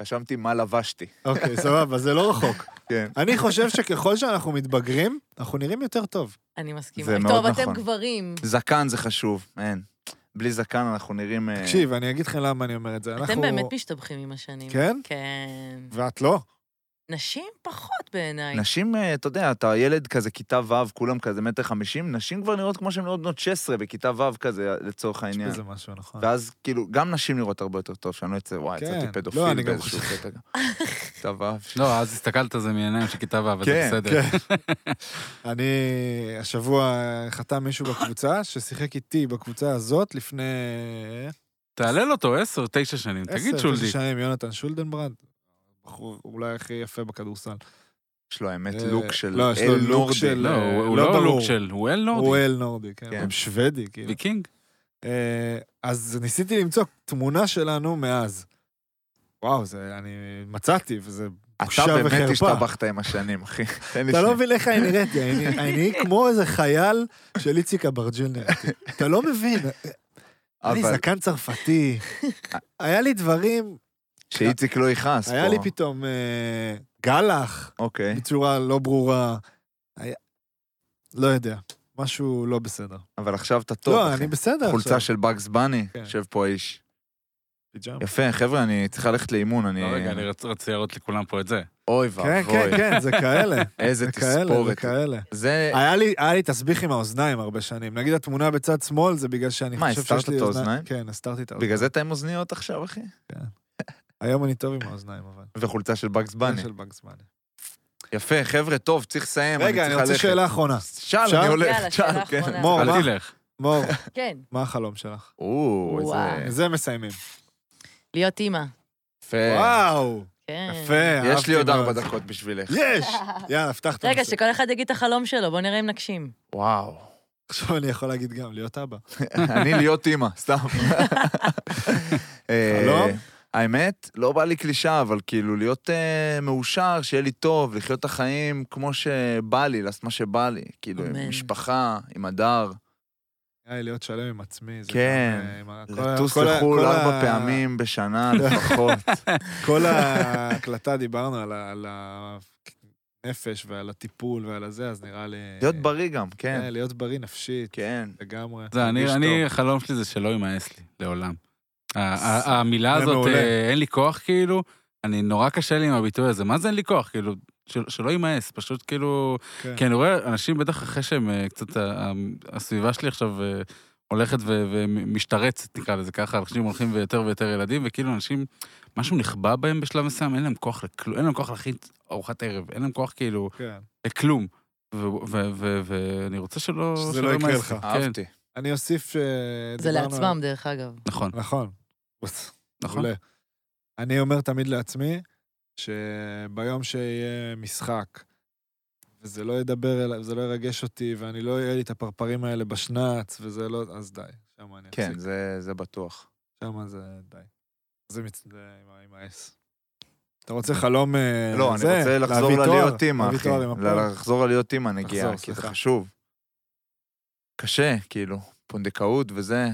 S1: רשמתי מה לבשתי.
S2: אוקיי, סבבה, זה לא רחוק.
S1: כן.
S2: אני חושב שככל שאנחנו מתבגרים, אנחנו נראים יותר טוב.
S4: אני מסכימה.
S1: זה מאוד
S4: טוב, אתם
S1: נכון.
S4: גברים.
S1: זקן זה חשוב, אין. בלי זקן אנחנו נראים... אה,
S2: תקשיב, אני אגיד לכם למה אני אומר את זה. אנחנו-
S4: אתם באמת משתבחים עם השנים.
S2: כן?
S4: כן.
S2: ואת לא?
S4: נשים פחות בעיניי.
S1: נשים, אה, אתה יודע, אתה ילד כזה כיתה ו', כולם כזה מטר חמישים, נשים כבר נראות כמו שהן נראות בנות 16 בכיתה ו' כזה, לצורך
S2: יש
S1: העניין.
S2: בזה משהו, נכון.
S1: ואז כאילו, גם נשים נראות הרבה יותר טוב, שאני לא אצא, וואי,
S2: כן.
S1: יצאתי
S2: לא, אני
S1: פדופיל
S2: גם
S1: באיזשהו
S2: חושב-
S1: קטע. גם. אה, כיתה ו'.
S3: לא, אז הסתכלת על זה מעיניים של כיתה ו', אבל זה
S1: כן,
S3: בסדר.
S2: כן. אני השבוע חתם מישהו בקבוצה ששיחק איתי בקבוצה הזאת לפני
S3: תהלל אותו 10, 9 שנים, תגיד
S2: עשר, תשע
S3: שולדי.
S2: שנים, יונתן שולדנברנד, הבחור אולי הכי יפה בכדורסל.
S1: יש לו האמת
S2: אה,
S1: לוק של
S2: לא, יש לו
S1: אל
S2: לוק
S1: נורדי.
S2: של-
S3: לא, הוא הוא
S2: לא
S3: לא
S2: ברור.
S3: לוק של, הוא אל
S2: הוא
S3: נורדי.
S2: אל נורדי, כן,
S1: כן.
S2: הוא שוודי, כאילו.
S3: ויקינג.
S2: אה, אז ניסיתי למצוא תמונה שלנו מאז. וואו, זה, אני מצאתי, וזה... בושה
S1: אתה באמת
S2: וחרפה.
S1: השתבחת עם השנים, אחי. תן לי
S2: אתה לא
S1: שנייה.
S2: מבין איך אני נראיתי, אני- אני כמו איזה חייל של איציק אברג'יל נראיתי. אתה לא מבין, היה לי
S1: אבל אה.
S2: זקן צרפתי, היה לי דברים,
S1: שאיציק לא יכעס פה.
S2: היה לי פתאום אה, גלח
S1: אוקיי.
S2: בצורה לא ברורה, היה- לא יודע, משהו לא בסדר.
S1: אבל עכשיו אתה טוב,
S2: לא,
S1: אחי.
S2: אני בסדר
S1: חולצה
S2: עכשיו.
S1: של בגס בני,
S2: כן.
S1: יושב פה האיש.
S2: פיג'מה.
S1: יפה, חבר'ה, אני צריך ללכת לאימון, אני...
S3: לא, רגע, אני רצ- רציתי להראות לכולם פה את זה.
S1: אוי
S2: כן,
S1: ואבוי,
S2: כן, כן, זה כאלה.
S1: איזה
S2: זה כאלה, אה, זה
S1: תספורת. אה.
S2: כאלה.
S1: זה...
S2: היה לי, היה לי תסביך עם האוזניים הרבה שנים. נגיד התמונה בצד שמאל זה בגלל שאני
S1: מה,
S2: חושב
S1: הסתרת
S2: שיש לי
S1: את
S2: אוזניים.
S1: האוזניים?
S2: כן, הסתרתי את האוזניים.
S1: בגלל זה אתה עם אוזניות עכשיו, אחי?
S2: היום אני טוב עם האוזניים, אבל.
S1: וחולצה של בגס
S2: זה
S1: בני.
S2: כן, של בגס בני.
S1: יפה, חבר'ה, טוב, צריך לסיים, אני צריך
S2: רגע,
S1: ללכת.
S2: אני רוצה שאלה אחרונה.
S1: שאל,
S2: אפשר?
S1: אני הולך,
S4: יאללה,
S1: שאל,
S4: שאלה
S1: כן.
S4: אחרונה.
S2: מור, מה-
S3: אל תלך.
S2: מור,
S4: כן.
S2: מה החלום שלך?
S1: או,
S4: וואו.
S1: איזה...
S2: זה מסיימים.
S4: להיות אימא.
S1: יפה.
S2: וואו,
S4: כן.
S2: יפה, אהבתי
S1: אה. יש לי עוד
S2: מאוד.
S1: ארבע דקות בשבילך.
S2: יש! יאללה, הבטחת.
S4: רגע,
S2: משהו.
S4: שכל אחד יגיד את החלום שלו, בוא נראה אם נגשים.
S1: וואו.
S2: עכשיו אני יכול להגיד גם, להיות אבא.
S1: אני להיות אימא, סתם. אה,
S2: חלום?
S1: האמת, לא בא לי קלישאה, אבל כאילו להיות אה, מאושר, שיהיה לי טוב, לחיות את החיים כמו שבא לי, לעשות מה שבא לי. כאילו, עם
S4: אמן.
S1: משפחה, עם הדר,
S2: היי, להיות שלם עם עצמי. זה
S1: כן.
S2: גם, אה, עם ה- כל ה-
S1: לטוס
S2: כל ה-
S1: לחו"ל
S2: כל ה-
S1: ארבע פעמים בשנה לפחות.
S2: כל ההקלטה דיברנו על ה- על הנפש ועל הטיפול ועל הזה, אז נראה לי...
S1: להיות בריא גם,
S2: אה,
S1: כן.
S2: להיות בריא נפשית.
S1: כן.
S2: לגמרי.
S3: זה, אני,
S1: מרגיש
S3: אני,
S1: טוב.
S3: החלום שלי זה שלא יימאס לי, לעולם. ה- ה- המילה
S2: זה
S3: הזאת,
S2: מעולה.
S3: אה, אין לי כוח, כאילו, אני נורא קשה לי עם הביטוי הזה. מה זה אין לי כוח? כאילו, של- שלא יימאס, פשוט כאילו...
S2: כן.
S3: כי אני רואה אנשים, בטח אחרי שהם אה, קצת, ה- ה- הסביבה שלי עכשיו אה, הולכת ו- ומשתרצת, נקרא לזה ככה, אנשים הולכים ויותר ויותר ילדים, וכאילו אנשים, משהו נכבה בהם בשלב מסוים, אין להם כוח לכלום, אין להם כוח להכין ארוחת ערב, אין להם כוח כאילו
S2: כן.
S3: לכלום. ו- ו- ו- ואני רוצה שלא...
S2: שזה
S3: שלא
S2: לא יקרה
S3: יימאס לי.
S2: לך.
S3: כן,
S1: אהבתי.
S2: אני אוסיף ש...
S4: זה
S2: דיברנו על-
S4: לעצמם, דרך אגב.
S3: נכון.
S2: נכון. בחוץ.
S3: נכון.
S2: מעולה. אני אומר תמיד לעצמי, שביום שיהיה משחק, וזה לא ידבר אליי, וזה לא ירגש אותי, ואני לא אהיה לי את הפרפרים האלה בשנץ, וזה לא... אז די, שם אני אפסיק.
S1: כן, זה, זה בטוח.
S2: שם זה די. זה מצ... זה עם ה- עם האס. אתה רוצה חלום... אה,
S1: לא, אני
S2: זה,
S1: רוצה לחזור
S2: להביא תואר,
S1: ללהיות אימא,
S2: להביא
S1: אחי.
S2: תואר עם הפועל.
S1: לחזור ללהיות אימא נגיעה,
S2: לחזור,
S1: כי זה
S2: סליחה.
S1: חשוב. קשה, כאילו, פונדקאות וזה.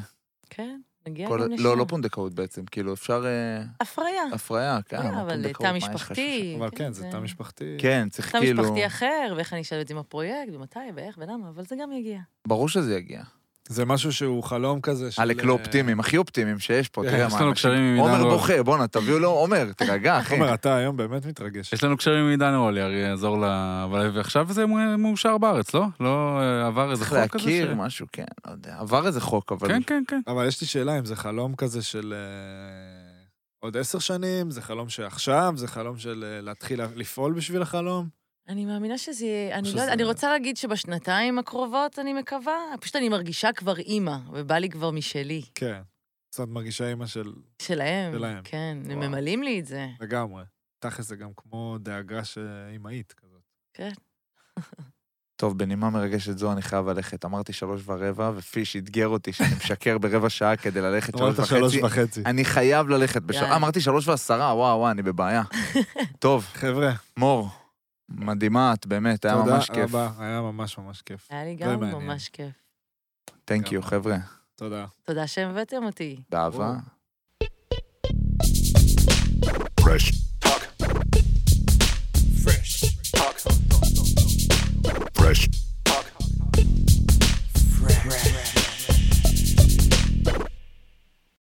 S4: כן, נגיע
S1: כל-
S4: גם לשם.
S1: לא, לא פונדקאות בעצם, כאילו, אפשר אה,
S4: הפריה.
S1: הפריה, כן.
S4: הפריה, אבל
S1: פונדקאות,
S4: תא
S1: מה יש לך שם?
S4: משפחתי.
S2: אבל כן, זה תא משפחתי.
S1: כן, צריך
S4: תא
S1: כאילו...
S4: משפחתי אחר, ואיך אני אשלב את זה עם הפרויקט, ומתי, ואיך, ולמה, אבל זה גם יגיע.
S1: ברור שזה יגיע.
S2: זה משהו שהוא חלום כזה של... אה,
S1: עלק לא אופטימיים, הכי אופטימיים שיש פה,
S2: כן,
S1: תראה
S3: יש
S1: מה
S3: לנו
S1: אנשים...
S3: קשרים עם עידן
S1: עומר
S3: רול.
S1: בוכה, בואנה, תביאו לו, עומר, תירגע, אחי.
S2: עומר, אתה היום באמת מתרגש.
S3: יש לנו קשרים עם עידן רול, יערי, יעזור ל... אבל עכשיו זה מ- מאושר בארץ, לא? לא אה, עבר איזה
S1: צריך
S3: חוק כזה?
S1: להכיר
S3: ש-
S1: משהו, כן, לא יודע. עבר איזה חוק, אבל...
S3: כן, כן, כן.
S2: אבל יש לי שאלה אם זה חלום כזה של אה, עוד עשר שנים, זה חלום שעכשיו, זה חלום של אה, להתחיל לה- לפעול בשביל החלום.
S4: אני מאמינה שזה יהיה... אני,
S2: שזה-
S4: לא, אני רוצה להגיד שבשנתיים הקרובות, אני מקווה, פשוט אני מרגישה כבר אימא, ובא לי כבר משלי.
S2: כן. אז את מרגישה אימא של
S4: שלהם.
S2: שלהם.
S4: כן, הם
S2: וואו.
S4: ממלאים לי את זה.
S2: לגמרי. תכל'ס זה גם כמו דאגה ש- אימהית כזאת.
S1: טוב, בנימה מרגשת זו אני חייב ללכת. אמרתי שלוש ורבע, ופיש אתגר אותי שאני משקר ברבע שעה כדי ללכת שלוש
S2: אמרת שלוש
S1: וחצי.
S2: וחצי.
S1: אני חייב ללכת בשעה.
S4: יאללה.
S1: אה, אמרתי שלוש ועשרה, וואו, וואו, אני בבעיה. טוב,
S2: חבר'ה,
S1: מור, מדהימה את, באמת, היה
S2: תודה
S1: ממש כיף.
S2: רבה, היה ממש ממש כיף.
S4: היה לי
S2: זה
S4: גם
S2: לא מעניין.
S4: ממש כיף.
S1: Thank you, חבר'ה.
S2: תודה.
S4: תודה שהבאתם אותי.
S1: באהבה.
S2: וואו.